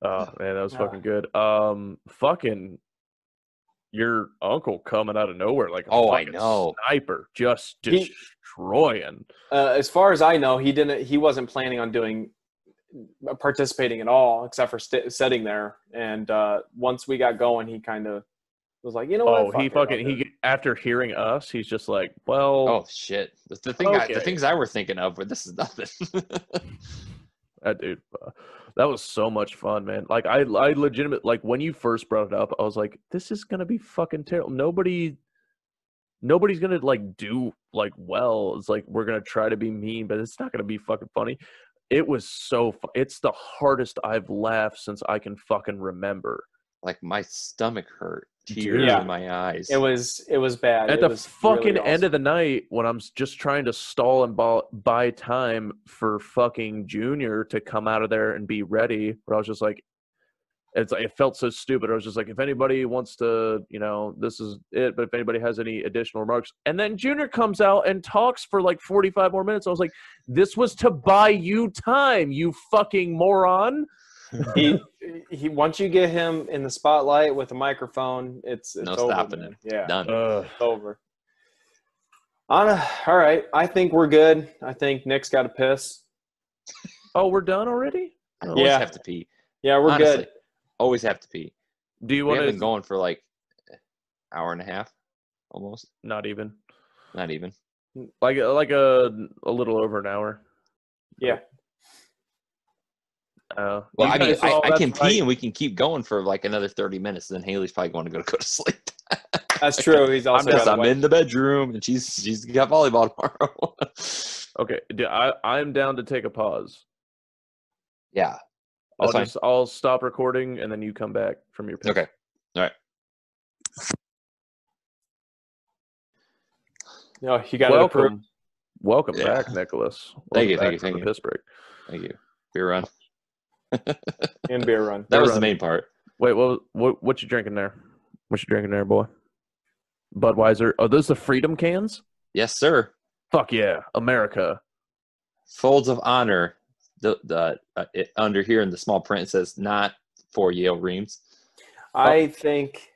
Speaker 1: Oh man, that was
Speaker 4: Yeah.
Speaker 1: fucking good. Um, fucking your uncle coming out of nowhere like a
Speaker 5: Oh, I
Speaker 1: fucking
Speaker 5: know.
Speaker 1: sniper, just
Speaker 4: He-
Speaker 1: destroying.
Speaker 4: Uh, as far as I know, he didn't. He wasn't planning on doing uh, participating at all, except for st- sitting there. And uh, once we got going, he kind of was like, you know what?
Speaker 1: Oh, he
Speaker 4: fuck
Speaker 1: fucking
Speaker 4: it, I'll do
Speaker 1: he
Speaker 4: it."
Speaker 1: get- after hearing us, he's just like, well,
Speaker 5: oh shit! The, the thing, I,
Speaker 1: Okay.
Speaker 5: the things I were thinking of, were this is nothing. [laughs]
Speaker 1: that dude, uh, that was so much fun, man. Like I, I legitimate like when you first brought it up, I was like, this is gonna be fucking terrible. Nobody, nobody's gonna like do like well. It's like we're gonna try to be mean, but it's not gonna be fucking funny. It was so. Fu- it's the hardest I've laughed since I can fucking remember.
Speaker 5: like my stomach hurt, tears
Speaker 4: Yeah.
Speaker 5: in my eyes.
Speaker 4: It was it was bad.
Speaker 1: at
Speaker 4: It
Speaker 1: the
Speaker 4: was
Speaker 1: fucking
Speaker 4: really
Speaker 1: end of the night when I'm s- just trying to stall and buy, buy time for fucking Junior to come out of there and be ready, where I was just like, it's like, it felt so stupid. I was just like, if anybody wants to, you know, this is it. But if anybody has any additional remarks, and then Junior comes out and talks for like 45 more minutes. I was like, this was to buy you time, you fucking moron.
Speaker 4: awesome. he he once you get him in the spotlight with a microphone, it's it's
Speaker 5: No
Speaker 4: over,
Speaker 5: stopping
Speaker 4: man.
Speaker 5: it.
Speaker 4: Yeah,
Speaker 1: uh,
Speaker 5: Done.
Speaker 4: it's over. Anna, all right. I think we're good. I think Nick's got a piss.
Speaker 1: oh, we're done already.
Speaker 5: I always
Speaker 4: yeah.
Speaker 5: have to pee.
Speaker 4: Yeah, we're
Speaker 5: Honestly,
Speaker 4: good.
Speaker 5: Always have to pee.
Speaker 1: Do you
Speaker 5: We
Speaker 1: want
Speaker 5: have been
Speaker 1: to?
Speaker 5: going for like hour and a half, almost.
Speaker 1: Not even.
Speaker 5: Not even.
Speaker 1: Like like a a little over an hour.
Speaker 4: Yeah.
Speaker 1: Uh, you
Speaker 5: Well, I mean,
Speaker 1: guys
Speaker 5: I,
Speaker 1: all-
Speaker 5: I
Speaker 1: that's
Speaker 5: can pee
Speaker 1: right.
Speaker 5: and we can keep going for like another 30 minutes. Then Haley's probably going to go to, [laughs] go to sleep
Speaker 4: That's true. He's also
Speaker 5: because
Speaker 4: got
Speaker 5: [laughs]
Speaker 4: a
Speaker 5: I'm in the bedroom and she's she's got volleyball tomorrow. [laughs]
Speaker 1: Okay, d- I I'm down to take a pause.
Speaker 5: yeah.
Speaker 1: I'll
Speaker 5: That's fine.
Speaker 1: just I'll stop recording and then you come back from your piss.
Speaker 5: Okay.
Speaker 4: No, you got to approve.
Speaker 1: Welcome, welcome
Speaker 5: Yeah.
Speaker 1: back, Nicholas. Welcome
Speaker 5: Thank you,
Speaker 1: back
Speaker 5: thank you,
Speaker 1: from
Speaker 5: thank
Speaker 1: the
Speaker 5: you.
Speaker 1: piss break.
Speaker 5: Thank you. Beer run.
Speaker 4: and beer run.
Speaker 1: [laughs]
Speaker 5: That
Speaker 1: Beer
Speaker 5: was the
Speaker 1: run.
Speaker 5: main part.
Speaker 1: Wait, what what what you drinking there? What you drinking there, boy? Budweiser. Are those the Freedom cans?
Speaker 5: Yes, sir.
Speaker 1: Fuck yeah, America.
Speaker 5: Folds of honor. The the uh, it, under here in the small print it says not for Yale Reams.
Speaker 1: [laughs]
Speaker 4: I think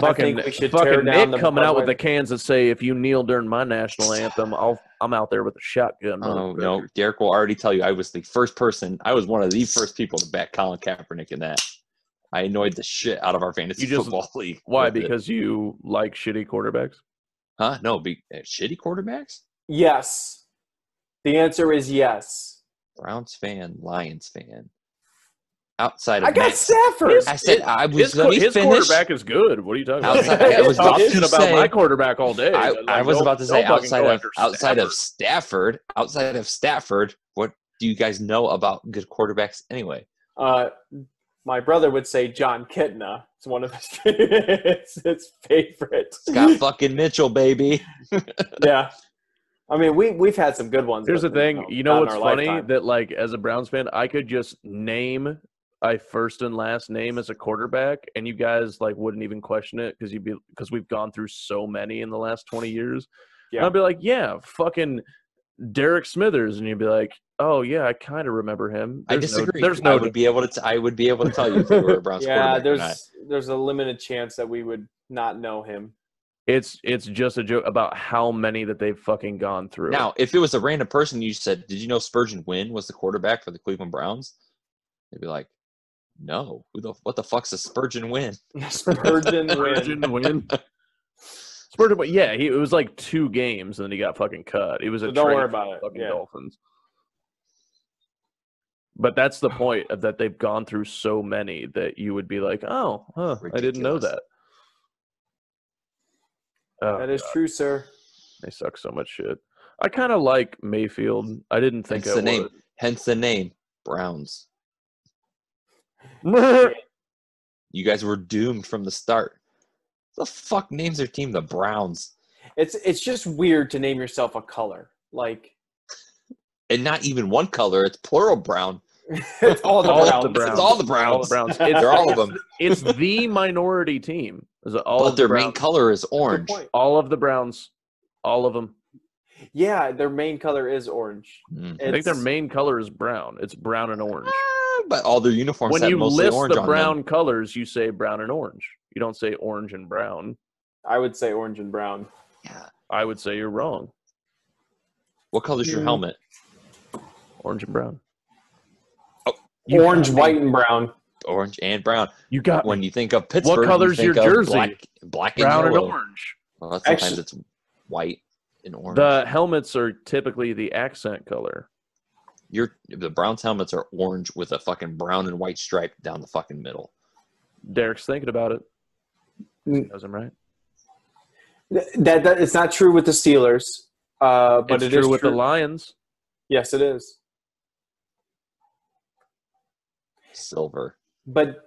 Speaker 1: Fucking,
Speaker 4: we should
Speaker 1: fucking
Speaker 4: tear
Speaker 1: Nick
Speaker 4: down the
Speaker 1: coming out with
Speaker 4: Budweiser.
Speaker 1: the cans that say if you kneel during my national anthem, I'll I'm out there with a shotgun.
Speaker 5: Oh
Speaker 1: motherfucker."
Speaker 5: no, Derek will already tell you I was the first person. I was one of the first people to back Colin Kaepernick in that. I annoyed the shit out of our fantasy
Speaker 1: You just-
Speaker 5: football [laughs] league.
Speaker 1: Why?
Speaker 5: with it.
Speaker 1: Because you like shitty quarterbacks?
Speaker 5: Huh? No, be, uh, shitty quarterbacks.
Speaker 4: yes. The answer is yes.
Speaker 5: Browns fan, Lions fan. outside of
Speaker 4: I got
Speaker 5: Matt-
Speaker 4: Stafford.
Speaker 5: I said I was.
Speaker 1: his
Speaker 5: let
Speaker 1: qu-
Speaker 5: me
Speaker 1: his
Speaker 5: finish.
Speaker 1: quarterback is good. What are you talking
Speaker 5: Outside-
Speaker 1: about?
Speaker 4: I was
Speaker 5: about
Speaker 1: talking
Speaker 5: to
Speaker 1: about
Speaker 5: say-
Speaker 1: my quarterback all day.
Speaker 5: I,
Speaker 1: but, like,
Speaker 5: I was
Speaker 1: don't-
Speaker 5: about to
Speaker 1: don't
Speaker 5: say
Speaker 1: fucking
Speaker 5: outside
Speaker 1: go
Speaker 5: of
Speaker 1: after
Speaker 5: outside of
Speaker 1: Stafford.
Speaker 5: Stafford, outside of Stafford, what do you guys know about good quarterbacks
Speaker 1: [laughs]
Speaker 5: anyway?
Speaker 4: Uh, my brother would say John Kitna. It's one of his [laughs] it's his favorite.
Speaker 5: Scott fucking Mitchell, baby.
Speaker 4: [laughs] yeah. I mean, we we've had some good ones.
Speaker 1: Here's the
Speaker 4: but,
Speaker 1: thing. You know
Speaker 4: not in
Speaker 1: what's
Speaker 4: our
Speaker 1: funny?
Speaker 4: lifetime.
Speaker 1: That like as a Browns fan, I could just name my first and last name as a quarterback, and you guys like wouldn't even question it because you'd be because we've gone through so many in the last twenty years.
Speaker 4: Yeah.
Speaker 1: And I'd be like, yeah, fucking Derek Smithers, and you'd be like, oh yeah, I kind of remember him.
Speaker 5: I
Speaker 1: There's no-
Speaker 5: disagree.
Speaker 1: there's
Speaker 5: I
Speaker 1: no.
Speaker 5: would be able to. T- I would be able to tell you if you were
Speaker 1: [laughs]
Speaker 5: a Browns
Speaker 4: yeah,
Speaker 5: quarterback or not.
Speaker 4: there's there's a limited chance that we would not know him. [laughs]
Speaker 1: it's it's just a joke about how many that they've fucking gone through. [laughs]
Speaker 5: Now, if it was a random person, you said, "Did you know Spurgeon Wynn was the quarterback for the Cleveland Browns?" They'd be like, "No, who the what the fuck's a Spurgeon Wynn?"
Speaker 4: Spurgeon,
Speaker 1: Spurgeon
Speaker 4: Wynn.
Speaker 5: [laughs]
Speaker 1: win. Spurgeon, but yeah, he, it was like two games, and then he got fucking cut. It was a
Speaker 4: So don't
Speaker 1: trade
Speaker 4: worry
Speaker 1: for
Speaker 4: about
Speaker 1: the
Speaker 4: it,
Speaker 1: Fucking
Speaker 4: yeah.
Speaker 1: Dolphins. But that's the point of that they've gone through so many that you would be like, oh, huh, I didn't know
Speaker 5: Ridiculous.
Speaker 1: that. Oh,
Speaker 4: That is true, sir.
Speaker 1: they suck so much shit. I kind of like Mayfield. I didn't think
Speaker 5: Hence
Speaker 1: I
Speaker 5: the name.
Speaker 1: would.
Speaker 5: Hence the name Browns. You guys were doomed from the start. The fuck names their team the Browns,
Speaker 4: It's it's just weird to name yourself a color. Like
Speaker 5: and not even one color. It's plural brown.
Speaker 4: [laughs] it's all
Speaker 1: [laughs]
Speaker 4: the
Speaker 1: All
Speaker 4: Browns.
Speaker 1: the Browns.
Speaker 5: It's all the
Speaker 1: All the
Speaker 5: Browns.
Speaker 1: Browns.
Speaker 5: [laughs] They're
Speaker 1: It's,
Speaker 5: all of them,
Speaker 1: it's
Speaker 5: [laughs]
Speaker 1: the minority team. Is it all
Speaker 5: but
Speaker 1: of the
Speaker 5: their main
Speaker 1: Browns?
Speaker 5: color is
Speaker 4: Good
Speaker 5: orange.
Speaker 4: point.
Speaker 1: all of the Browns, all of them.
Speaker 4: Yeah, their main color is orange.
Speaker 5: Mm.
Speaker 1: I think their
Speaker 4: It's-
Speaker 1: main color is brown. It's brown and orange.
Speaker 5: Ah, But all their uniforms
Speaker 1: When
Speaker 5: have
Speaker 1: you
Speaker 5: mostly
Speaker 1: list
Speaker 5: orange
Speaker 1: the
Speaker 5: on
Speaker 1: brown
Speaker 5: them.
Speaker 1: colors, you say brown and orange. You don't say orange and brown.
Speaker 4: I would say orange and brown.
Speaker 5: Yeah.
Speaker 1: I would say you're wrong.
Speaker 5: What color's your
Speaker 4: Mm.
Speaker 5: helmet?
Speaker 1: Orange and brown.
Speaker 5: Oh,
Speaker 1: You
Speaker 4: orange,
Speaker 1: got me.
Speaker 4: white, and brown.
Speaker 5: Orange and brown.
Speaker 1: You got
Speaker 5: when
Speaker 1: me.
Speaker 5: you think of Pittsburgh, you
Speaker 1: Uh, color's
Speaker 5: think
Speaker 1: your
Speaker 5: of
Speaker 1: jersey?
Speaker 5: Black, black and
Speaker 1: brown and
Speaker 5: yellow.
Speaker 1: orange.
Speaker 5: Well, sometimes
Speaker 4: Actually-
Speaker 5: it's white and orange.
Speaker 1: The helmets are typically the accent color.
Speaker 5: Your the Browns helmets are orange with a fucking brown and white stripe down the fucking middle.
Speaker 1: Derek's thinking about it.
Speaker 4: Mm.
Speaker 1: Knows I'm right.
Speaker 4: Th- That, that it's not true with the Steelers, uh, but
Speaker 1: it's
Speaker 4: it
Speaker 1: true
Speaker 4: is
Speaker 1: with
Speaker 4: true.
Speaker 1: the Lions.
Speaker 4: Yes, it is.
Speaker 5: Silver.
Speaker 4: But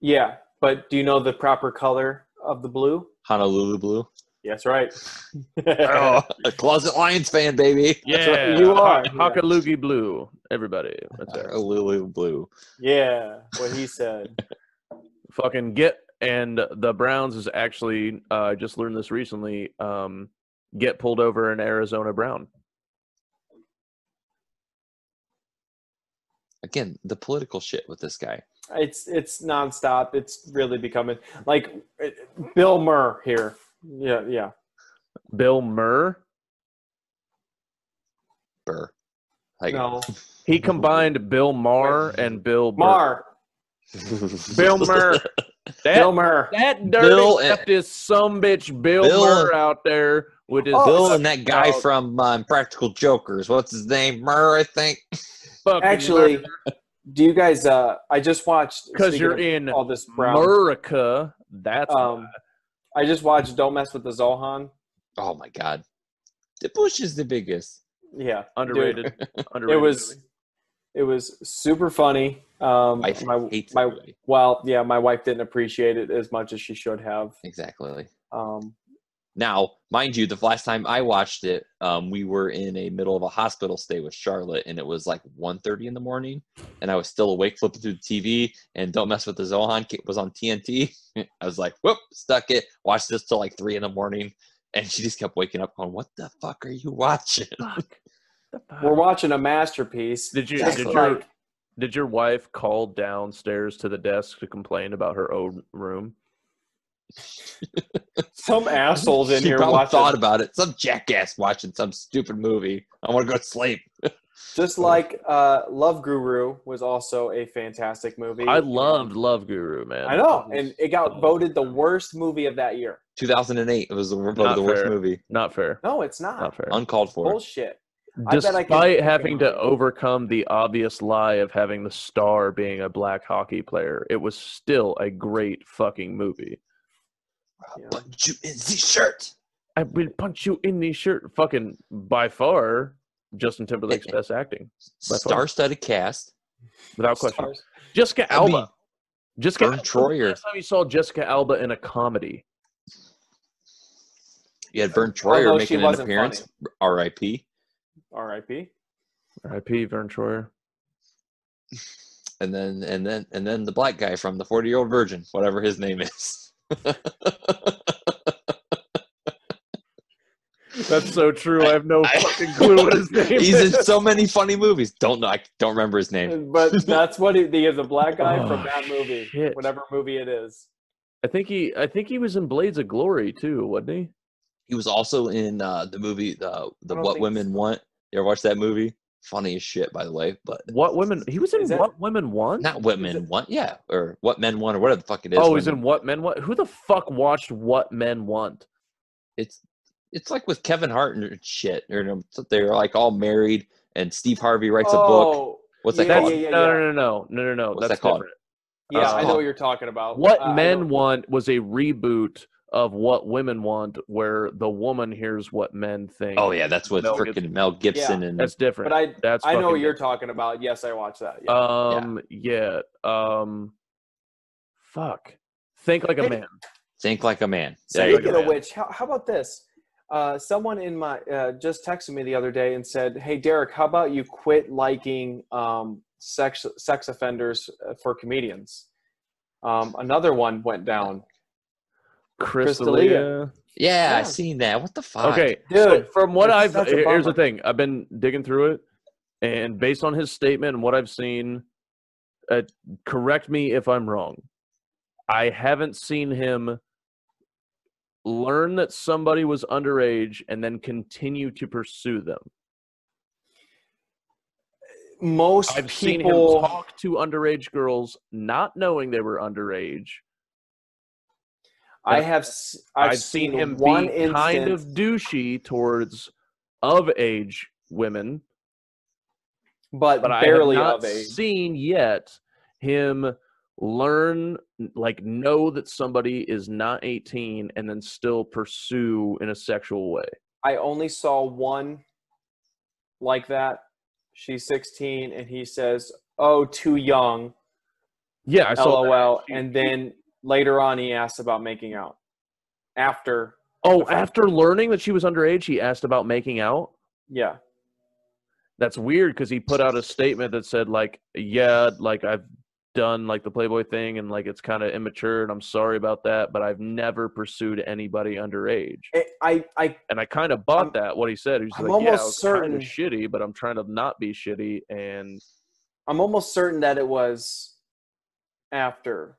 Speaker 4: yeah, but do you know the proper color of the blue?
Speaker 5: Honolulu blue.
Speaker 4: Yes, right. [laughs]
Speaker 5: Oh, [laughs] a closet Lions fan, baby.
Speaker 4: That's right, you are.
Speaker 1: Ho- Hakalugi blue. Everybody.
Speaker 4: Uh,
Speaker 1: That's it.
Speaker 5: Honolulu blue.
Speaker 4: yeah, what he said.
Speaker 1: fucking get and the Browns is actually uh, I just learned this recently. Um, get pulled over an Arizona Brown.
Speaker 5: Again, the political shit with this guy.
Speaker 4: It's it's nonstop. It's really becoming like it- Bill Murr here. Yeah, yeah.
Speaker 1: Bill Murr.
Speaker 5: Burr. Like, [laughs]
Speaker 4: no, [laughs]
Speaker 1: He combined Bill Maher and Bill Burr.
Speaker 4: Marr.
Speaker 1: [laughs] Bill Murr. That,
Speaker 4: Bill Murr.
Speaker 1: that dirty
Speaker 5: Bill and-
Speaker 1: leftist some bitch Bill,
Speaker 5: Bill
Speaker 1: Murr
Speaker 5: and-
Speaker 1: out there with his
Speaker 5: Bill and that guy
Speaker 1: Oh.
Speaker 5: from um, Practical Jokers. What's his name? Murr, I think.
Speaker 1: fucking
Speaker 4: Actually, do you guys? Uh, I just watched
Speaker 1: because
Speaker 4: speaking
Speaker 1: you're
Speaker 4: of
Speaker 1: in
Speaker 4: all this brown.
Speaker 1: America. That's
Speaker 4: Um, I just watched "Don't Mess with the Zohan."
Speaker 5: Oh my God. The Bush is the biggest.
Speaker 4: Yeah, dude,
Speaker 1: underrated.
Speaker 4: [laughs] it
Speaker 1: underrated.
Speaker 4: was, it was super funny. Um,
Speaker 5: Wife
Speaker 4: my
Speaker 5: hates
Speaker 4: my
Speaker 5: everybody.
Speaker 4: well, yeah, my wife didn't appreciate it as much as she should have.
Speaker 5: Exactly.
Speaker 4: Um,
Speaker 5: Now, mind you, the last time I watched it, um, we were in a middle of a hospital stay with Charlotte, and it was like 1.30 in the morning, and I was still awake flipping through the TV, and Don't Mess With The Zohan ki- was on TNT. [laughs] I was like, whoop, stuck it, watched this till like 3 in the morning, and she just kept waking up going, what the fuck are you watching?
Speaker 1: Fuck. The fuck?
Speaker 4: we're watching a masterpiece.
Speaker 1: Did you
Speaker 4: Just
Speaker 1: did your
Speaker 4: like
Speaker 1: did your wife call downstairs to the desk to complain about her own room?
Speaker 4: some assholes in
Speaker 5: she
Speaker 4: here
Speaker 5: probably
Speaker 4: watching,
Speaker 5: thought about it. Some jackass watching some stupid movie. I want to go to sleep.
Speaker 4: just like uh, Love Guru was also a fantastic movie.
Speaker 1: I loved Love Guru, Oh, man.
Speaker 4: I know, and it got voted the worst movie of that year.
Speaker 5: 2008 was the,
Speaker 1: Not
Speaker 5: the worst
Speaker 1: fair.
Speaker 5: movie.
Speaker 1: not fair.
Speaker 4: No, it's not.
Speaker 1: Not fair.
Speaker 5: Uncalled for.
Speaker 4: Bullshit. I bet I
Speaker 1: Despite
Speaker 4: can-
Speaker 1: having to overcome the obvious lie of having the star being a black hockey player, it was still a great fucking movie.
Speaker 4: Yeah.
Speaker 5: Put you in the shirt.
Speaker 1: I will punch you in the shirt. Fucking by far, Justin
Speaker 4: [laughs]
Speaker 1: Timberlake's best acting, By far.
Speaker 5: Star-studded cast.
Speaker 1: without question.
Speaker 4: Stars.
Speaker 1: Jessica
Speaker 5: I mean,
Speaker 1: Alba. Jessica.
Speaker 5: Vern
Speaker 1: Alba.
Speaker 5: Troyer.
Speaker 1: Last time you saw Jessica Alba in a comedy.
Speaker 5: You had Vern Troyer
Speaker 4: Although Oh, she
Speaker 5: making an
Speaker 4: wasn't
Speaker 5: appearance.
Speaker 4: funny.
Speaker 5: R.I.P.
Speaker 4: R.I.P.
Speaker 1: R.I.P. Vern Troyer.
Speaker 5: And then and then and then the black guy from the Forty Year Old Virgin, whatever his name is.
Speaker 1: That's so true. [laughs] I have no
Speaker 5: [laughs] I-
Speaker 1: fucking clue what [laughs] his name
Speaker 5: He's in
Speaker 1: is.
Speaker 5: so many funny movies. Don't know. I don't remember his name.
Speaker 4: Uh,
Speaker 1: [laughs]
Speaker 4: But that's what it, the the black guy
Speaker 1: Oh,
Speaker 4: from that movie,
Speaker 1: shit.
Speaker 4: whatever movie it is.
Speaker 1: I think he. I think he was in Blades of Glory too, wasn't he?
Speaker 5: He was also in uh, the movie the the
Speaker 4: I don't
Speaker 5: What
Speaker 4: think
Speaker 5: Women Want. You ever watch that movie? Funny as shit, by the way. But
Speaker 1: What women? He was in
Speaker 4: Is that-
Speaker 1: What Women Want.
Speaker 5: not what men
Speaker 4: it-
Speaker 5: want, yeah, or what men want, or whatever the fuck it is.
Speaker 1: oh, he's
Speaker 5: Women-
Speaker 1: in What Men Want. Who the fuck watched What Men Want?
Speaker 5: it's it's like with Kevin Hart and shit. Or no, they're like all married, and Steve Harvey writes a book. What's that
Speaker 4: Oh, Yeah,
Speaker 1: That's,
Speaker 5: called?
Speaker 4: yeah, yeah,
Speaker 1: no,
Speaker 4: yeah.
Speaker 1: no, no, no, no, no, no.
Speaker 5: What's
Speaker 1: That's
Speaker 5: that called?
Speaker 1: different.
Speaker 4: yeah,
Speaker 1: Uh,
Speaker 4: I know what you're talking about.
Speaker 1: What
Speaker 4: Uh, I
Speaker 1: Men
Speaker 4: don't-
Speaker 1: Want was a reboot of What Women Want, where the woman hears what men think.
Speaker 5: Oh yeah, that's what
Speaker 1: Mel Gibson.
Speaker 5: freaking Mel Gibson and
Speaker 1: That's different.
Speaker 4: But I
Speaker 1: that's
Speaker 4: I know what
Speaker 1: fucking
Speaker 4: you're talking about. Yes, I watched that. Yeah.
Speaker 1: Um. Yeah. Um. Fuck. Think like a
Speaker 4: Hey,
Speaker 1: man.
Speaker 5: Think Like a Man. There you
Speaker 4: Speaking
Speaker 5: go.
Speaker 4: of which, how, how about this? Uh, someone in my uh, just texted me the other day and said, "Hey, Derek, how about you quit liking um, sex sex offenders uh, for comedians?" Um, another one went down.
Speaker 1: Chris
Speaker 4: D'Elia.
Speaker 1: D'Elia.
Speaker 5: Yeah, I
Speaker 4: Yeah.
Speaker 5: seen that. What the fuck?
Speaker 1: Okay,
Speaker 4: Dude,
Speaker 1: so from what
Speaker 4: it's
Speaker 1: I've
Speaker 4: such a
Speaker 1: here- here's the
Speaker 4: bummer.
Speaker 1: thing. I've been digging through it, and based on his statement and what I've seen, uh, correct me if I'm wrong. I haven't seen him learn that somebody was underage and then continue to pursue them.
Speaker 4: Most
Speaker 1: I've seen him
Speaker 4: people.
Speaker 1: talk to underage girls, not knowing they were underage.
Speaker 4: I have. s- I've,
Speaker 1: I've, seen, him
Speaker 4: one
Speaker 1: be
Speaker 4: instance.
Speaker 1: kind of douchey towards of age women.
Speaker 4: but,
Speaker 1: but
Speaker 4: barely
Speaker 1: I have not
Speaker 4: of age.
Speaker 1: seen yet him learn like know that somebody is not 18 and then still pursue in a sexual way.
Speaker 4: I only saw one like that. She's 16, and he says, "Oh, too young."
Speaker 1: Yeah, I saw. that.
Speaker 4: LOL. And then later on, he asks about making out. After,
Speaker 1: Oh, after learning that she was underage, he asked about making out.
Speaker 4: yeah,
Speaker 1: That's weird because he put out a statement that said like, yeah, like I've done like the Playboy thing and like it's kind of immature and I'm sorry about that, but I've never pursued anybody underage.
Speaker 4: I, I, I
Speaker 1: and I kind of bought
Speaker 4: Eh, I'm-
Speaker 1: that what he said. He's
Speaker 4: I'm
Speaker 1: like, "Yeah, I was
Speaker 4: almost
Speaker 1: kind of
Speaker 4: certain-
Speaker 1: shitty, but I'm trying to not be shitty." And
Speaker 4: I'm almost certain that it was after,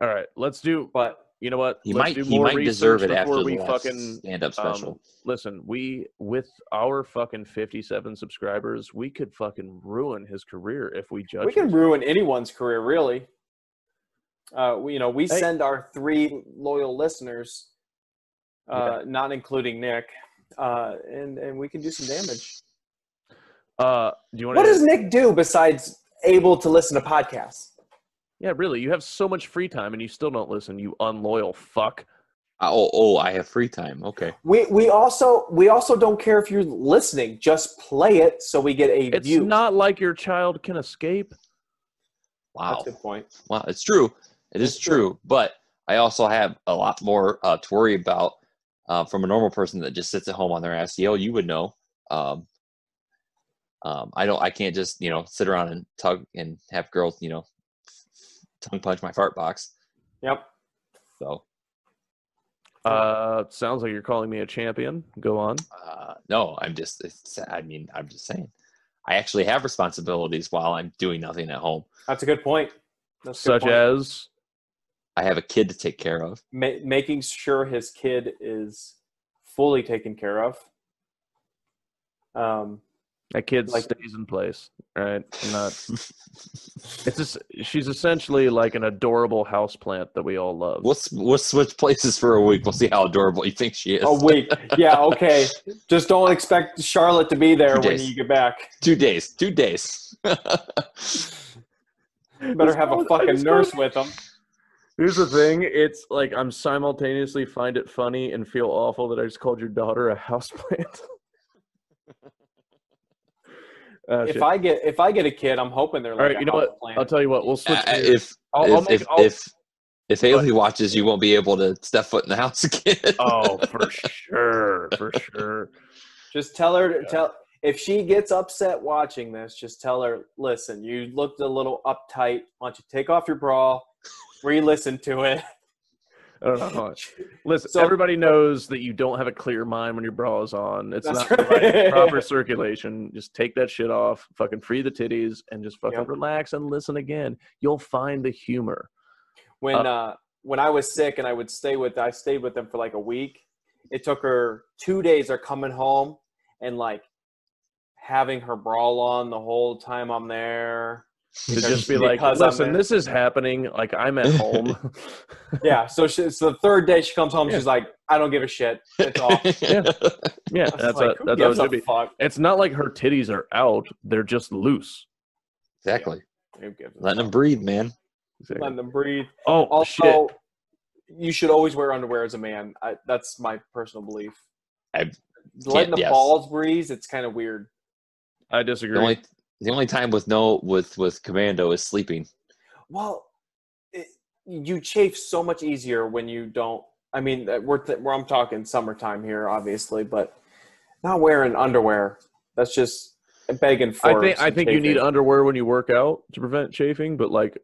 Speaker 1: all right, let's do.
Speaker 4: but
Speaker 1: You know what?
Speaker 5: He
Speaker 1: let's
Speaker 5: might
Speaker 1: do
Speaker 5: he
Speaker 1: more
Speaker 5: might deserve
Speaker 1: research
Speaker 5: it after
Speaker 1: before
Speaker 5: the
Speaker 1: we
Speaker 5: last
Speaker 1: fucking
Speaker 5: stand-up
Speaker 1: um,
Speaker 5: special.
Speaker 1: listen. We with our fucking 57 subscribers, we could fucking ruin his career if we judge.
Speaker 4: we can
Speaker 1: him.
Speaker 4: ruin anyone's career, really. Uh, we, you know, we
Speaker 1: Hey.
Speaker 4: send our three loyal listeners, uh, not including Nick, uh, and and we can do some damage.
Speaker 1: Uh, do you want?
Speaker 4: What does Nick do besides able to listen to podcasts?
Speaker 1: Yeah, really. You have so much free time, and you still don't listen. You unloyal fuck.
Speaker 5: oh, oh, I have free time. Okay.
Speaker 4: We we also we also don't care if you're listening. Just play it so we get a
Speaker 1: It's
Speaker 4: view.
Speaker 1: not like your child can escape.
Speaker 5: Wow.
Speaker 4: point.
Speaker 5: Wow, it's true. It is
Speaker 4: It's
Speaker 5: true.
Speaker 4: true.
Speaker 5: But I also have a lot more uh, to worry about uh, from a normal person that just sits at home on their ass. Yale, you would know. Um, um, I don't. I can't just you know sit around and tug and have girls you know tongue punch my fart box.
Speaker 4: Yep.
Speaker 5: So
Speaker 1: Uh, sounds like you're calling me a champion. Go on.
Speaker 5: uh, no, I'm just. It's, I mean, I'm just saying. I actually have responsibilities while I'm doing nothing at home.
Speaker 4: That's a good point. That's a good
Speaker 1: Such
Speaker 4: point.
Speaker 1: as
Speaker 5: I have a kid to take care of.
Speaker 4: Ma- making sure his kid is fully taken care of. Um,
Speaker 1: That kid
Speaker 4: Like-
Speaker 1: stays in place, right? [laughs] Not It's just, she's essentially like an adorable houseplant that we all love.
Speaker 5: We'll, s- we'll switch places for a week. We'll see how adorable you think she is.
Speaker 4: A week. Yeah,
Speaker 1: [laughs]
Speaker 4: okay. Just don't expect Charlotte to be there
Speaker 5: Two
Speaker 4: when
Speaker 5: days.
Speaker 4: you get back.
Speaker 5: Two days. Two days.
Speaker 4: Better have a fucking nurse with them.
Speaker 1: Here's the thing: it's like I'm simultaneously find it funny and feel awful that I just called your daughter a houseplant. [laughs] Uh,
Speaker 4: If
Speaker 1: shit.
Speaker 4: I get if I get a kid, I'm hoping they're like.
Speaker 1: All right,
Speaker 4: a
Speaker 1: you know what?
Speaker 4: houseplant.
Speaker 1: I'll tell you what. We'll switch.
Speaker 5: [laughs] Uh,
Speaker 1: gears.
Speaker 5: if
Speaker 1: I'll- I'll
Speaker 5: if,
Speaker 1: make-
Speaker 5: if,
Speaker 1: I'll-
Speaker 5: if if Haley watches, you won't be able to step foot in the house [laughs] again.
Speaker 1: [laughs] oh, for sure, for sure.
Speaker 4: Just tell her
Speaker 1: Yeah.
Speaker 4: to tell if she gets upset watching this, just tell her, listen, you looked a little uptight. Why don't you take off your bra, re-listen to it. [laughs]
Speaker 1: I don't know. how much. Listen,
Speaker 4: So-
Speaker 1: everybody knows that you don't have a clear mind when your bra is on. It's
Speaker 4: That's
Speaker 1: not
Speaker 4: right.
Speaker 1: right. proper
Speaker 4: [laughs]
Speaker 1: circulation. Just take that shit off. Fucking free the titties and just fucking
Speaker 4: Yep.
Speaker 1: relax and listen again. You'll find the humor.
Speaker 4: When uh, when I was sick and I would stay with I stayed with them for like a week. It took her two days of coming home and like having her bra on the whole time
Speaker 1: [laughs]
Speaker 4: I'm there.
Speaker 1: to just
Speaker 4: [laughs]
Speaker 1: be like,
Speaker 4: Because I'm
Speaker 1: listen,
Speaker 4: there."
Speaker 1: this is happening. Like I'm at
Speaker 4: [laughs]
Speaker 1: home. [laughs]
Speaker 4: Yeah. So she, so the third day she comes home,
Speaker 1: Yeah.
Speaker 4: she's like, I don't give a shit.
Speaker 1: [laughs]
Speaker 4: It's off.
Speaker 1: uh, yeah,
Speaker 4: I was
Speaker 1: that's
Speaker 4: like,
Speaker 1: a, that's
Speaker 4: "Who
Speaker 1: how it
Speaker 4: gives a
Speaker 1: should be.
Speaker 4: fuck?
Speaker 1: It's not like her titties are out; they're just loose.
Speaker 5: Exactly.
Speaker 4: Who gives a
Speaker 5: Letting them
Speaker 4: fuck?
Speaker 5: breathe, man.
Speaker 1: Exactly.
Speaker 4: Letting them breathe.
Speaker 1: Oh shit!
Speaker 4: Also, you should always wear underwear as a man. I, that's my personal belief.
Speaker 5: I
Speaker 4: Letting the
Speaker 5: yes.
Speaker 4: balls breathe, it's kind of weird.
Speaker 1: I disagree.
Speaker 5: The only the only time with no with with commando is sleeping.
Speaker 4: Well, it, you chafe so much easier when you don't. I mean, that we're th- where I'm talking summertime here, obviously, but not wearing underwear. That's just begging for.
Speaker 1: I think I
Speaker 4: some
Speaker 1: think you need
Speaker 4: chafing.
Speaker 1: underwear when you work out to prevent chafing, but like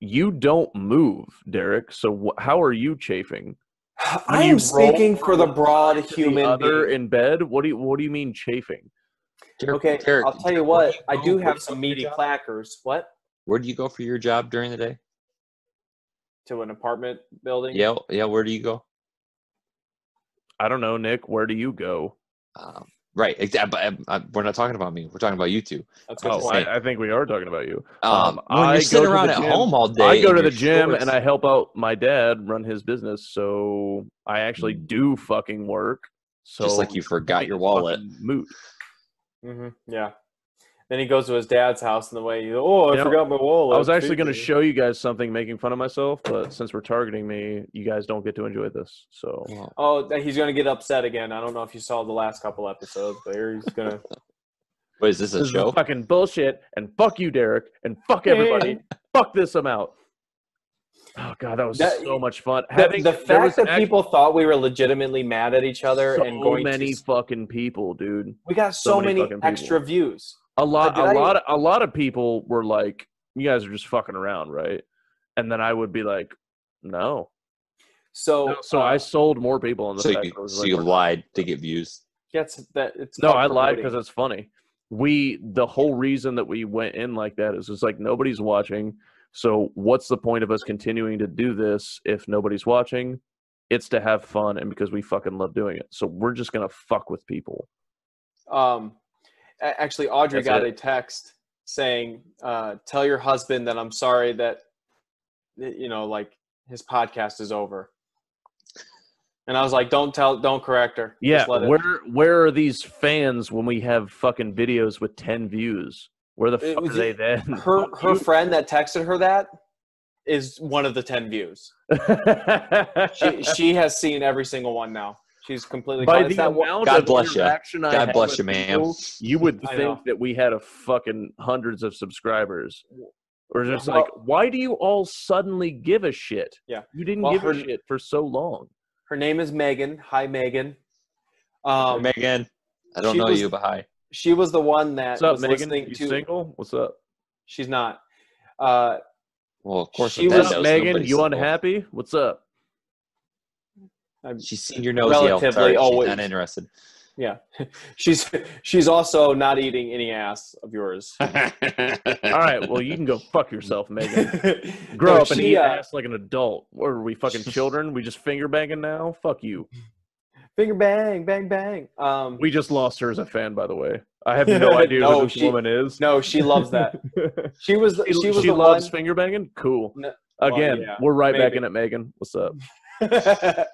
Speaker 1: you don't move, Derek. So wh- how are you chafing?
Speaker 4: [sighs]
Speaker 1: when
Speaker 4: I
Speaker 1: you
Speaker 4: am
Speaker 1: roll
Speaker 4: speaking for the
Speaker 1: from
Speaker 4: broad
Speaker 1: To the
Speaker 4: human
Speaker 1: other
Speaker 4: being.
Speaker 1: in bed. What do you what do you mean chafing?
Speaker 5: Derek-
Speaker 4: Okay,
Speaker 5: Derek,
Speaker 4: I'll tell
Speaker 5: Derek,
Speaker 4: you
Speaker 5: where
Speaker 4: what. I
Speaker 5: go-
Speaker 1: [laughs]
Speaker 4: do
Speaker 5: where
Speaker 4: have
Speaker 5: you
Speaker 4: some
Speaker 5: go for
Speaker 4: meaty
Speaker 5: your job?
Speaker 4: clackers. What?
Speaker 5: Where do you go for your job during the day?
Speaker 4: To an apartment building.
Speaker 5: Yeah, yeah. Where do you go?
Speaker 1: I don't know, Nick. Where do you go?
Speaker 5: Um, right. exa- but, um, uh, we're not talking about me. We're talking about you two.
Speaker 4: That's a good
Speaker 1: Oh,
Speaker 4: point.
Speaker 1: I, I think we are talking about you.
Speaker 5: Um,
Speaker 1: Um,
Speaker 5: when you're
Speaker 1: I
Speaker 5: sitting
Speaker 1: go to
Speaker 5: around
Speaker 1: the
Speaker 5: at
Speaker 1: gym-
Speaker 5: home all day,
Speaker 1: I go
Speaker 5: in
Speaker 1: to the
Speaker 5: your
Speaker 1: gym
Speaker 5: shorts-
Speaker 1: and I help out my dad run his business, so I actually
Speaker 4: Mm.
Speaker 1: do fucking work. So
Speaker 5: just like you forgot
Speaker 1: it's
Speaker 5: your wallet.
Speaker 1: fucking Moot.
Speaker 4: hmm Yeah. Then he goes to his dad's house in the way. He's, oh, I
Speaker 1: You know,
Speaker 4: forgot my wallet.
Speaker 1: I was actually going to
Speaker 4: Shoot.
Speaker 1: show you guys something, making fun of myself, but since we're targeting me, you guys don't get to enjoy this. So
Speaker 5: Well,
Speaker 4: Oh, th- he's going to get upset again. I don't know if you saw the last couple episodes, but here he's
Speaker 1: [laughs]
Speaker 4: going to.
Speaker 5: What is this a
Speaker 1: this
Speaker 5: show?
Speaker 1: is fucking bullshit, and fuck you, Derek, and fuck everybody. fuck this amount. Oh god, that was
Speaker 4: That-
Speaker 1: so much fun.
Speaker 4: The,
Speaker 1: Having
Speaker 4: the
Speaker 1: there was
Speaker 4: fact that
Speaker 1: act-
Speaker 4: people thought we were legitimately mad at each other
Speaker 1: so
Speaker 4: and going
Speaker 1: many
Speaker 4: to.
Speaker 1: fucking people, dude.
Speaker 4: We got so,
Speaker 1: so many
Speaker 4: many,
Speaker 1: fucking people.
Speaker 4: extra views.
Speaker 1: a lot
Speaker 4: did
Speaker 1: a
Speaker 4: I-
Speaker 1: lot of, a lot of people were like you guys are just fucking around right and then i would be like no
Speaker 4: So,
Speaker 1: so
Speaker 4: uh,
Speaker 1: i sold more people on the
Speaker 5: So
Speaker 1: fact
Speaker 5: you,
Speaker 1: that I was
Speaker 5: so
Speaker 1: like,
Speaker 5: you
Speaker 1: "We're not."
Speaker 5: lied to get views.
Speaker 4: Yes, that it's
Speaker 1: no
Speaker 4: called
Speaker 1: i lied because
Speaker 4: promoting.
Speaker 1: it's funny we the whole reason that we went in like that is it's like nobody's watching so what's the point of us continuing to do this if nobody's watching it's to have fun and because we fucking love doing it so we're just gonna fuck with people
Speaker 4: Um, a- actually, Audrey
Speaker 1: That's
Speaker 4: got
Speaker 1: it.
Speaker 4: a text saying, uh, "Tell your husband that I'm sorry that you know, like his podcast is over." And I was like, "Don't tell, don't correct her."
Speaker 1: yeah
Speaker 4: Just let it-
Speaker 1: where where are these fans when we have fucking videos with 10 views where the
Speaker 4: It
Speaker 1: fuck are
Speaker 4: was-
Speaker 1: they then
Speaker 4: [laughs] her
Speaker 1: Fuck
Speaker 4: her
Speaker 1: you.
Speaker 4: friend that texted her that is one of the ten views.
Speaker 1: [laughs]
Speaker 4: She she has seen every single one now. She's completely
Speaker 1: By
Speaker 4: caught- it's
Speaker 1: the
Speaker 4: that one-
Speaker 1: amount
Speaker 5: God
Speaker 1: of
Speaker 5: bless ya.
Speaker 1: interaction I
Speaker 5: God
Speaker 1: had
Speaker 5: bless
Speaker 1: with
Speaker 5: you, ma'am.
Speaker 1: people, you would
Speaker 4: I know.
Speaker 1: think that we had a fucking hundreds of subscribers. Or just
Speaker 4: Well-
Speaker 1: like, why do you all suddenly give a shit?
Speaker 4: Yeah.
Speaker 1: You didn't
Speaker 4: Well,
Speaker 1: give
Speaker 4: her-
Speaker 1: a shit for so long.
Speaker 4: her name is Megan. Hi Megan. Um,
Speaker 5: Megan, I don't
Speaker 4: she
Speaker 5: know
Speaker 4: was-
Speaker 5: you, but hi.
Speaker 4: she was the one that
Speaker 1: What's up,
Speaker 4: was
Speaker 1: Megan?
Speaker 4: listening
Speaker 1: You
Speaker 4: to.
Speaker 1: single? What's up?
Speaker 4: She's not. Uh,
Speaker 5: Well, of course,
Speaker 4: She
Speaker 5: with that
Speaker 1: What's
Speaker 4: was-
Speaker 1: up,
Speaker 5: nose,
Speaker 1: Megan?
Speaker 5: nobody's
Speaker 1: You
Speaker 5: single.
Speaker 1: unhappy? What's up?
Speaker 4: I'm-
Speaker 5: She's seen your nose
Speaker 4: Relatively,
Speaker 5: yell. Sorry,
Speaker 4: always.
Speaker 5: she's
Speaker 4: [laughs]
Speaker 5: not interested.
Speaker 4: yeah, she's she's also not eating any ass
Speaker 1: [laughs]
Speaker 4: of yours.
Speaker 1: All right, well, you can go fuck yourself,
Speaker 4: [laughs]
Speaker 1: Megan. Grow
Speaker 4: No,
Speaker 1: up and
Speaker 4: she,
Speaker 1: eat
Speaker 4: uh, [laughs]
Speaker 1: ass like an adult. What are we fucking children? We just finger banging now? Fuck you.
Speaker 4: finger bang, bang, bang. Um,
Speaker 1: We just lost her as a fan, by the the way. I have
Speaker 4: [laughs]
Speaker 1: no idea who
Speaker 4: No,
Speaker 1: this
Speaker 4: she-
Speaker 1: woman is.
Speaker 4: no, she
Speaker 1: [laughs]
Speaker 4: loves that. She was.
Speaker 1: she,
Speaker 4: She was
Speaker 1: she
Speaker 4: the
Speaker 1: loves
Speaker 4: one.
Speaker 1: finger banging. Cool.
Speaker 4: No- well,
Speaker 1: Again,
Speaker 4: yeah,
Speaker 1: we're right back
Speaker 4: maybe.
Speaker 1: in it, Megan. What's up?
Speaker 4: [laughs]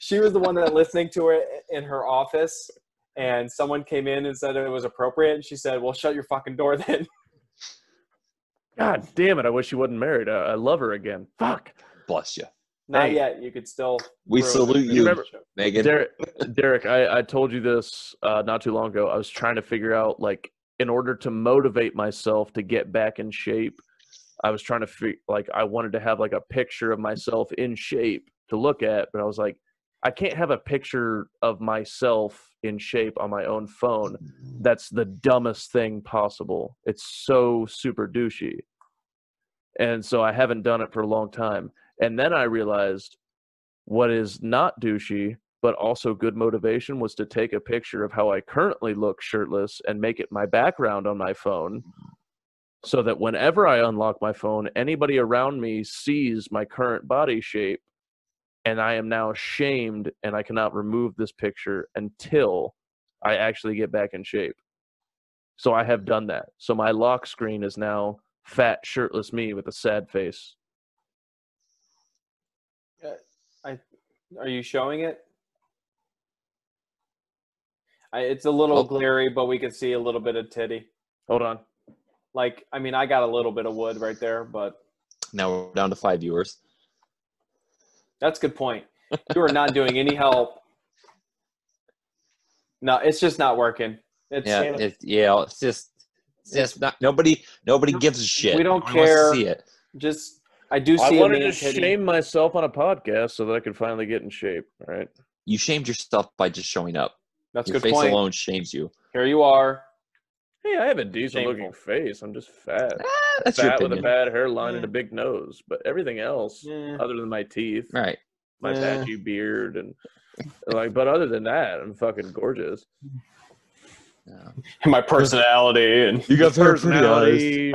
Speaker 4: she was the one that listening to it in her office, and someone came in and said it was appropriate. And she said, "Well, shut your fucking door then." [laughs]
Speaker 1: God damn it! I wish she wasn't married. I, I love her again. Fuck.
Speaker 5: Bless you,
Speaker 4: Not
Speaker 1: Hey.
Speaker 4: yet. You could still.
Speaker 5: We
Speaker 4: ruin it.
Speaker 5: salute
Speaker 1: you. Remember-
Speaker 5: Megan.
Speaker 1: Derek, Derek, I, I told you this uh, not too long ago. I was trying to figure out, like, in order to motivate myself to get back in shape, I was trying to figure, like, I wanted to have like a picture of myself in shape to look at, but I was like, I can't have a picture of myself in shape on my own phone. That's the dumbest thing possible. It's so super douchey. And so I haven't done it for a long time. And then I realized what is not douchey but also good motivation was to take a picture of how I currently look shirtless and make it my background on my phone so that whenever I unlock my phone, anybody around me sees my current body shape and I am now shamed and I cannot remove this picture until I actually get back in shape. So I have done that. So my lock screen is now fat shirtless me with a sad face.
Speaker 4: Are you showing it? I, it's a little
Speaker 5: Oh.
Speaker 4: glary, but we can see a little bit of titty.
Speaker 1: Hold on.
Speaker 4: Like, I mean, I got a little bit of wood right there, but
Speaker 5: Now we're down to five viewers.
Speaker 4: that's a good point. You are not doing any help. No, it's just not working. It's
Speaker 5: Yeah, it, yeah. It's just, it's just not nobody. Nobody gives a shit.
Speaker 4: we don't
Speaker 5: Nobody wants
Speaker 4: care.
Speaker 5: to see it.
Speaker 4: just I do
Speaker 1: I
Speaker 4: see a
Speaker 1: wanted to
Speaker 4: man's titty.
Speaker 1: shame myself on a podcast so that I could finally get in shape. All right.
Speaker 5: You shamed yourself by just showing up.
Speaker 4: That's a
Speaker 5: Your
Speaker 4: good
Speaker 5: face
Speaker 4: point.
Speaker 5: alone shames you.
Speaker 4: Here you are.
Speaker 1: Hey, I have a decent looking face. I'm just fat.
Speaker 5: Ah, that's your
Speaker 1: fat with
Speaker 5: opinion.
Speaker 1: a bad hairline and a
Speaker 4: Yeah.
Speaker 1: big nose. But everything else,
Speaker 4: Eh,
Speaker 1: other than my teeth,
Speaker 5: Right.
Speaker 1: my
Speaker 4: Yeah.
Speaker 1: patchy beard, and like, but other than that, I'm fucking gorgeous.
Speaker 4: and my personality and
Speaker 5: You got [laughs]
Speaker 1: Personality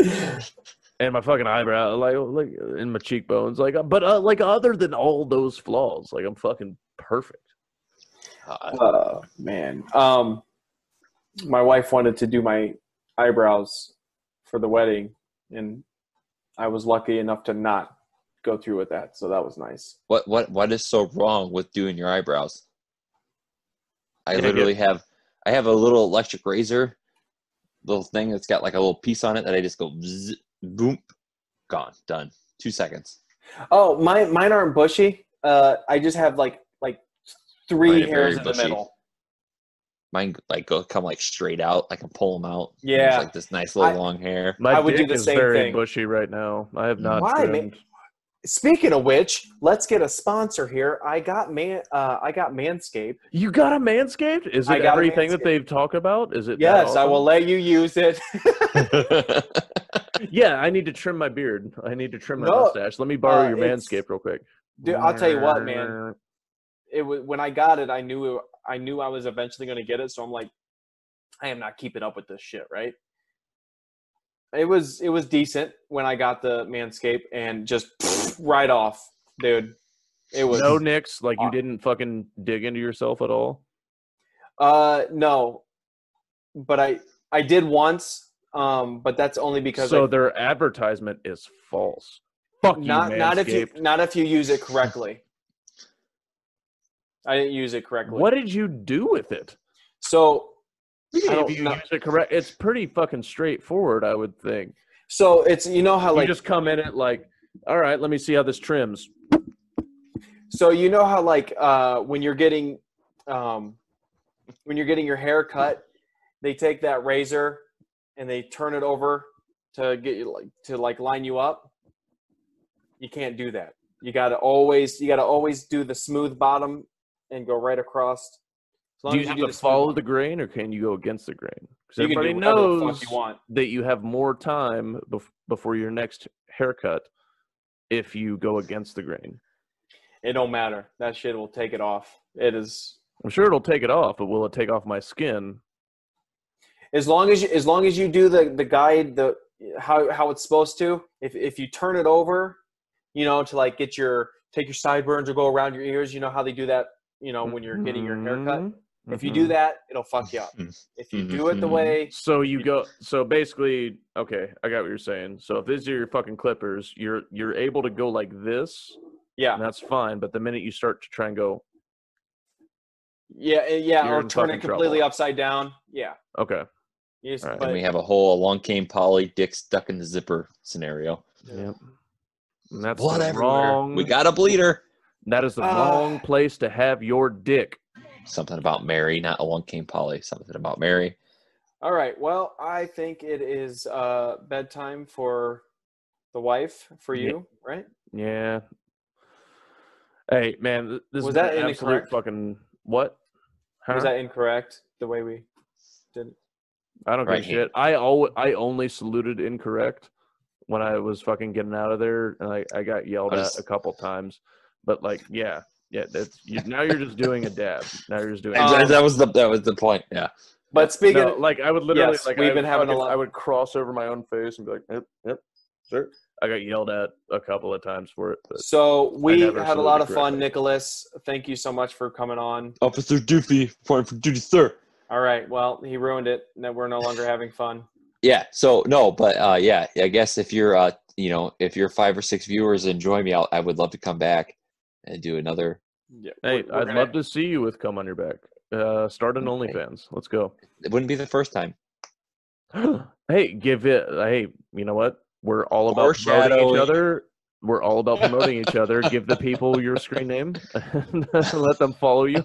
Speaker 1: [laughs] and my fucking eyebrow, like, oh, like, and my cheekbones, like, but uh, like, other than all those flaws, like, I'm fucking perfect.
Speaker 4: Oh man. Um, my wife wanted to do my eyebrows for the wedding, and I was lucky enough to not go through with that, so that was nice.
Speaker 5: What what what is so wrong with doing your eyebrows? I
Speaker 1: Dig it.
Speaker 5: literally have I have a little electric razor, little thing that's got like a little piece on it that I just go zzz, boom, gone, done, two seconds.
Speaker 4: Oh, my mine aren't bushy. Uh, I just have like like three
Speaker 5: Mine are very
Speaker 4: hairs in
Speaker 5: bushy.
Speaker 4: the middle.
Speaker 5: Mine like go come like straight out. I can pull them out. There's,
Speaker 4: Yeah.
Speaker 5: like this nice little
Speaker 4: I-
Speaker 5: long
Speaker 1: [laughs]
Speaker 5: hair.
Speaker 1: My
Speaker 4: I would do
Speaker 1: dick
Speaker 4: the
Speaker 1: is
Speaker 4: same
Speaker 1: very
Speaker 4: thing.
Speaker 1: bushy right now. I have not
Speaker 4: Why, man?
Speaker 1: trimmed.
Speaker 4: Speaking of which, let's get a sponsor here. I got man. Uh, I got Manscaped.
Speaker 1: You got a Manscaped? Is
Speaker 4: I
Speaker 1: it
Speaker 4: got a
Speaker 1: everything
Speaker 4: Manscaped.
Speaker 1: that they've talked about? Is it? that
Speaker 4: Yes, I
Speaker 1: awesome?
Speaker 4: will let you use it. [laughs]
Speaker 1: Yeah, I need to trim my beard. I need to trim my
Speaker 4: No,
Speaker 1: mustache. Let me borrow
Speaker 4: uh,
Speaker 1: your
Speaker 4: it's-
Speaker 1: Manscaped real quick.
Speaker 4: Dude, I'll tell you what, man. it was when I got it, I knew it, I knew I was eventually going to get it. So I'm like, I am not keeping up with this shit, right? It was it was decent when I got the Manscaped and just [laughs] right off, dude. It was
Speaker 1: No nicks. Like you
Speaker 4: Aw.
Speaker 1: didn't fucking dig into yourself at all.
Speaker 4: uh no, but I I did once, um, but that's only because
Speaker 1: So
Speaker 4: I,
Speaker 1: their advertisement is false. Fuck you,
Speaker 4: not not if you
Speaker 1: Manscaped.
Speaker 4: not if you use it correctly. I didn't use it correctly.
Speaker 1: What did you do with it?
Speaker 4: So I
Speaker 1: If
Speaker 4: don't
Speaker 1: you
Speaker 4: know.
Speaker 1: use it correct, it's pretty fucking straightforward, I would think.
Speaker 4: So it's you know how
Speaker 1: You
Speaker 4: like
Speaker 1: just come in it like, all right, let me see how this trims.
Speaker 4: So you know how like uh, when you're getting um, when you're getting your hair cut, they take that razor and they turn it over to get you like to like line you up. You can't do that. You gotta always you gotta always do the smooth bottom and go right across. As long
Speaker 1: Do
Speaker 4: as
Speaker 1: you have
Speaker 4: do
Speaker 1: to
Speaker 4: the smooth
Speaker 1: follow
Speaker 4: bottom,
Speaker 1: the grain, or can you go against the grain? Because
Speaker 4: you
Speaker 1: everybody
Speaker 4: can do whatever the
Speaker 1: knows
Speaker 4: fuck you want.
Speaker 1: that you have more time bef- before your next haircut if you go against the grain.
Speaker 4: It don't matter. That shit will take it off. It is
Speaker 1: I'm sure it'll take it off, but will it take off my skin?
Speaker 4: as long as you as long as you do the the guide the how how it's supposed to if if you turn it over you know to like get your take your sideburns or go around your ears you know how they do that you know, Um, when you're getting your haircut.
Speaker 1: Mm-hmm.
Speaker 4: If you do that, it'll fuck you up. If you do it the
Speaker 5: Mhm.
Speaker 4: way
Speaker 1: So you go. So basically, okay, I got what you're saying. So if these are your fucking clippers, you're you're able to go like this,
Speaker 4: yeah.
Speaker 1: and that's fine. But the minute you start to try and go,
Speaker 4: Yeah, yeah,
Speaker 1: You're
Speaker 4: or
Speaker 1: in
Speaker 4: turn it
Speaker 1: fucking
Speaker 4: completely
Speaker 1: trouble.
Speaker 4: upside down. Yeah.
Speaker 1: okay,
Speaker 4: You just-
Speaker 1: All right.
Speaker 5: and
Speaker 4: but-
Speaker 5: we have a whole along came Polly dick stuck in the zipper scenario.
Speaker 1: yep, and that's
Speaker 5: Blood
Speaker 1: the
Speaker 5: everywhere.
Speaker 1: wrong.
Speaker 5: We got a bleeder.
Speaker 1: that is the
Speaker 4: Ah.
Speaker 1: wrong place to have your dick.
Speaker 5: Something about Mary, not along came Polly. Something about Mary.
Speaker 4: All right. Well, I think it is uh, bedtime for the wife for
Speaker 1: Yeah.
Speaker 4: you, right?
Speaker 1: Yeah. Hey man, th- this
Speaker 4: Was
Speaker 1: is an
Speaker 4: that
Speaker 1: absolute
Speaker 4: incorrect?
Speaker 1: fucking what? Huh? Uh,
Speaker 4: Was that incorrect? The way we did. it?
Speaker 1: I don't give
Speaker 5: Right
Speaker 1: a
Speaker 5: hand.
Speaker 1: shit. I al- I only saluted incorrect when I was fucking getting out of there, and I, I got yelled
Speaker 5: I
Speaker 1: at
Speaker 5: just-
Speaker 1: a couple times. But like, yeah, yeah. That's you, now you're just doing a dab. Now you're just doing.
Speaker 4: Um,
Speaker 1: a
Speaker 5: that, that was the that was the point. Yeah.
Speaker 4: But speaking,
Speaker 1: no, like I would literally
Speaker 4: Yes,
Speaker 1: like
Speaker 4: we've
Speaker 1: I would
Speaker 4: been having a
Speaker 1: fucking-
Speaker 4: lot-
Speaker 1: I would cross over my own face and be like, yep, yep, sir. I got yelled at a couple of times for it. But
Speaker 4: so we
Speaker 1: never
Speaker 4: had a lot of
Speaker 1: saluted
Speaker 4: fun,
Speaker 1: correctly.
Speaker 4: Nicholas. Thank you so much for coming on.
Speaker 5: Officer Doofy, point for duty, sir.
Speaker 4: All right. Well, he ruined it. Now we're no longer having fun.
Speaker 5: Yeah. So no, but uh, yeah, I guess if you're uh, you know, if you're five or six viewers enjoy me, I'll, I would love to come back and do another.
Speaker 4: Yeah,
Speaker 1: hey,
Speaker 4: we're- we're
Speaker 1: I'd
Speaker 4: gonna-
Speaker 1: love to see you with cum on your back. Uh, start an
Speaker 5: Okay.
Speaker 1: OnlyFans. Let's go. [gasps]
Speaker 5: It wouldn't be the first time.
Speaker 1: hey, give it. Hey, you know what? We're all about promoting each
Speaker 5: Foreshadowing.
Speaker 1: other. We're all about promoting each other. Give the people your screen name. [laughs] Let them follow you.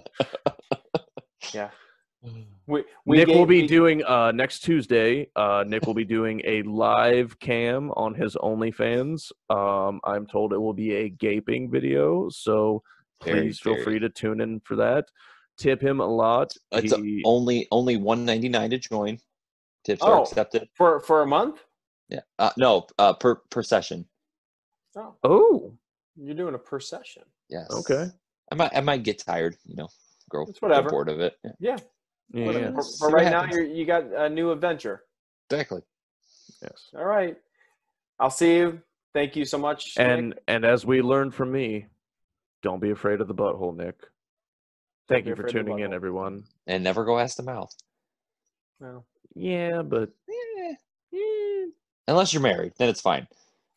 Speaker 1: Mm-hmm.
Speaker 4: We, we
Speaker 1: Nick will
Speaker 4: gave-
Speaker 1: be
Speaker 4: we-
Speaker 1: doing uh, next Tuesday. Uh, Nick will be doing a live cam on his OnlyFans. Um, I'm told it will be a gaping video, so
Speaker 5: Very,
Speaker 1: please feel
Speaker 5: very-
Speaker 1: free to tune in for that. Tip him a lot.
Speaker 5: It's a-
Speaker 1: He-
Speaker 5: only only one ninety nine to join. Tips
Speaker 4: Oh.
Speaker 5: are accepted.
Speaker 4: for for a month.
Speaker 5: Yeah. Uh, no, uh, per per session.
Speaker 4: Oh,
Speaker 1: oh,
Speaker 4: you're doing a per session.
Speaker 5: Yes.
Speaker 1: okay,
Speaker 5: I might I might get tired. You know, grow,
Speaker 4: It's
Speaker 5: grow
Speaker 4: whatever.
Speaker 5: bored of it. Yeah,
Speaker 1: yeah,
Speaker 5: Whatever.
Speaker 4: For,
Speaker 5: See
Speaker 4: for
Speaker 5: what
Speaker 4: right now,
Speaker 5: happens.
Speaker 4: you you got a new adventure.
Speaker 5: exactly.
Speaker 1: yes.
Speaker 4: All right. I'll see you. Thank you so much. Nick.
Speaker 1: And and as we learned from me, don't be afraid of the butthole, Nick. Thank
Speaker 4: be
Speaker 1: you for
Speaker 4: afraid of the
Speaker 1: tuning in,
Speaker 4: butthole.
Speaker 1: everyone.
Speaker 5: And never go ask the mouth.
Speaker 4: Well,
Speaker 1: Yeah, but
Speaker 5: Yeah. yeah. Unless you're married, then it's fine.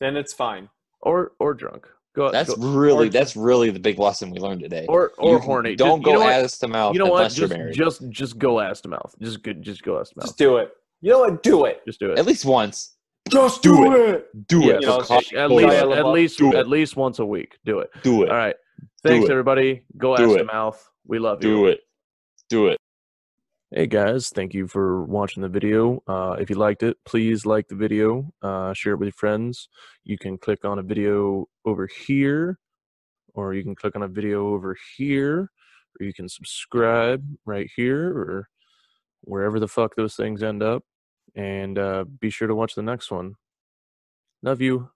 Speaker 4: then it's fine.
Speaker 1: or or drunk. Go
Speaker 5: That's
Speaker 1: go,
Speaker 5: really
Speaker 1: or-
Speaker 5: that's really the big lesson we learned today.
Speaker 1: or or
Speaker 5: You
Speaker 1: horny.
Speaker 5: Don't
Speaker 1: Just-
Speaker 5: go
Speaker 1: you know
Speaker 5: ass to
Speaker 1: What?
Speaker 5: mouth
Speaker 1: You know what?
Speaker 5: unless
Speaker 1: Just
Speaker 5: you're married.
Speaker 1: just just go ass to mouth. Just good. Just go ass to mouth.
Speaker 4: Just do it. You know what? Do it.
Speaker 1: Just do it.
Speaker 5: At least once.
Speaker 4: Just
Speaker 5: Do
Speaker 4: do it.
Speaker 5: Do
Speaker 1: Yes.
Speaker 5: it.
Speaker 4: You know,
Speaker 5: For cost-
Speaker 1: at
Speaker 5: do
Speaker 1: least
Speaker 5: it.
Speaker 1: at
Speaker 4: LaBeouf.
Speaker 1: least
Speaker 5: Do it.
Speaker 1: at least once a week. Do it.
Speaker 5: do it.
Speaker 1: All right. Thanks
Speaker 5: it.
Speaker 1: everybody. Go
Speaker 5: Do
Speaker 1: ass
Speaker 5: it.
Speaker 1: to mouth. We love you.
Speaker 5: Do it. Do it.
Speaker 1: Hey guys, thank you for watching the video. Uh, if you liked it, please like the video, uh, share it with your friends. You can click on a video over here, or you can click on a video over here, or you can subscribe right here, or wherever the fuck those things end up. And uh, be sure to watch the next one. Love you.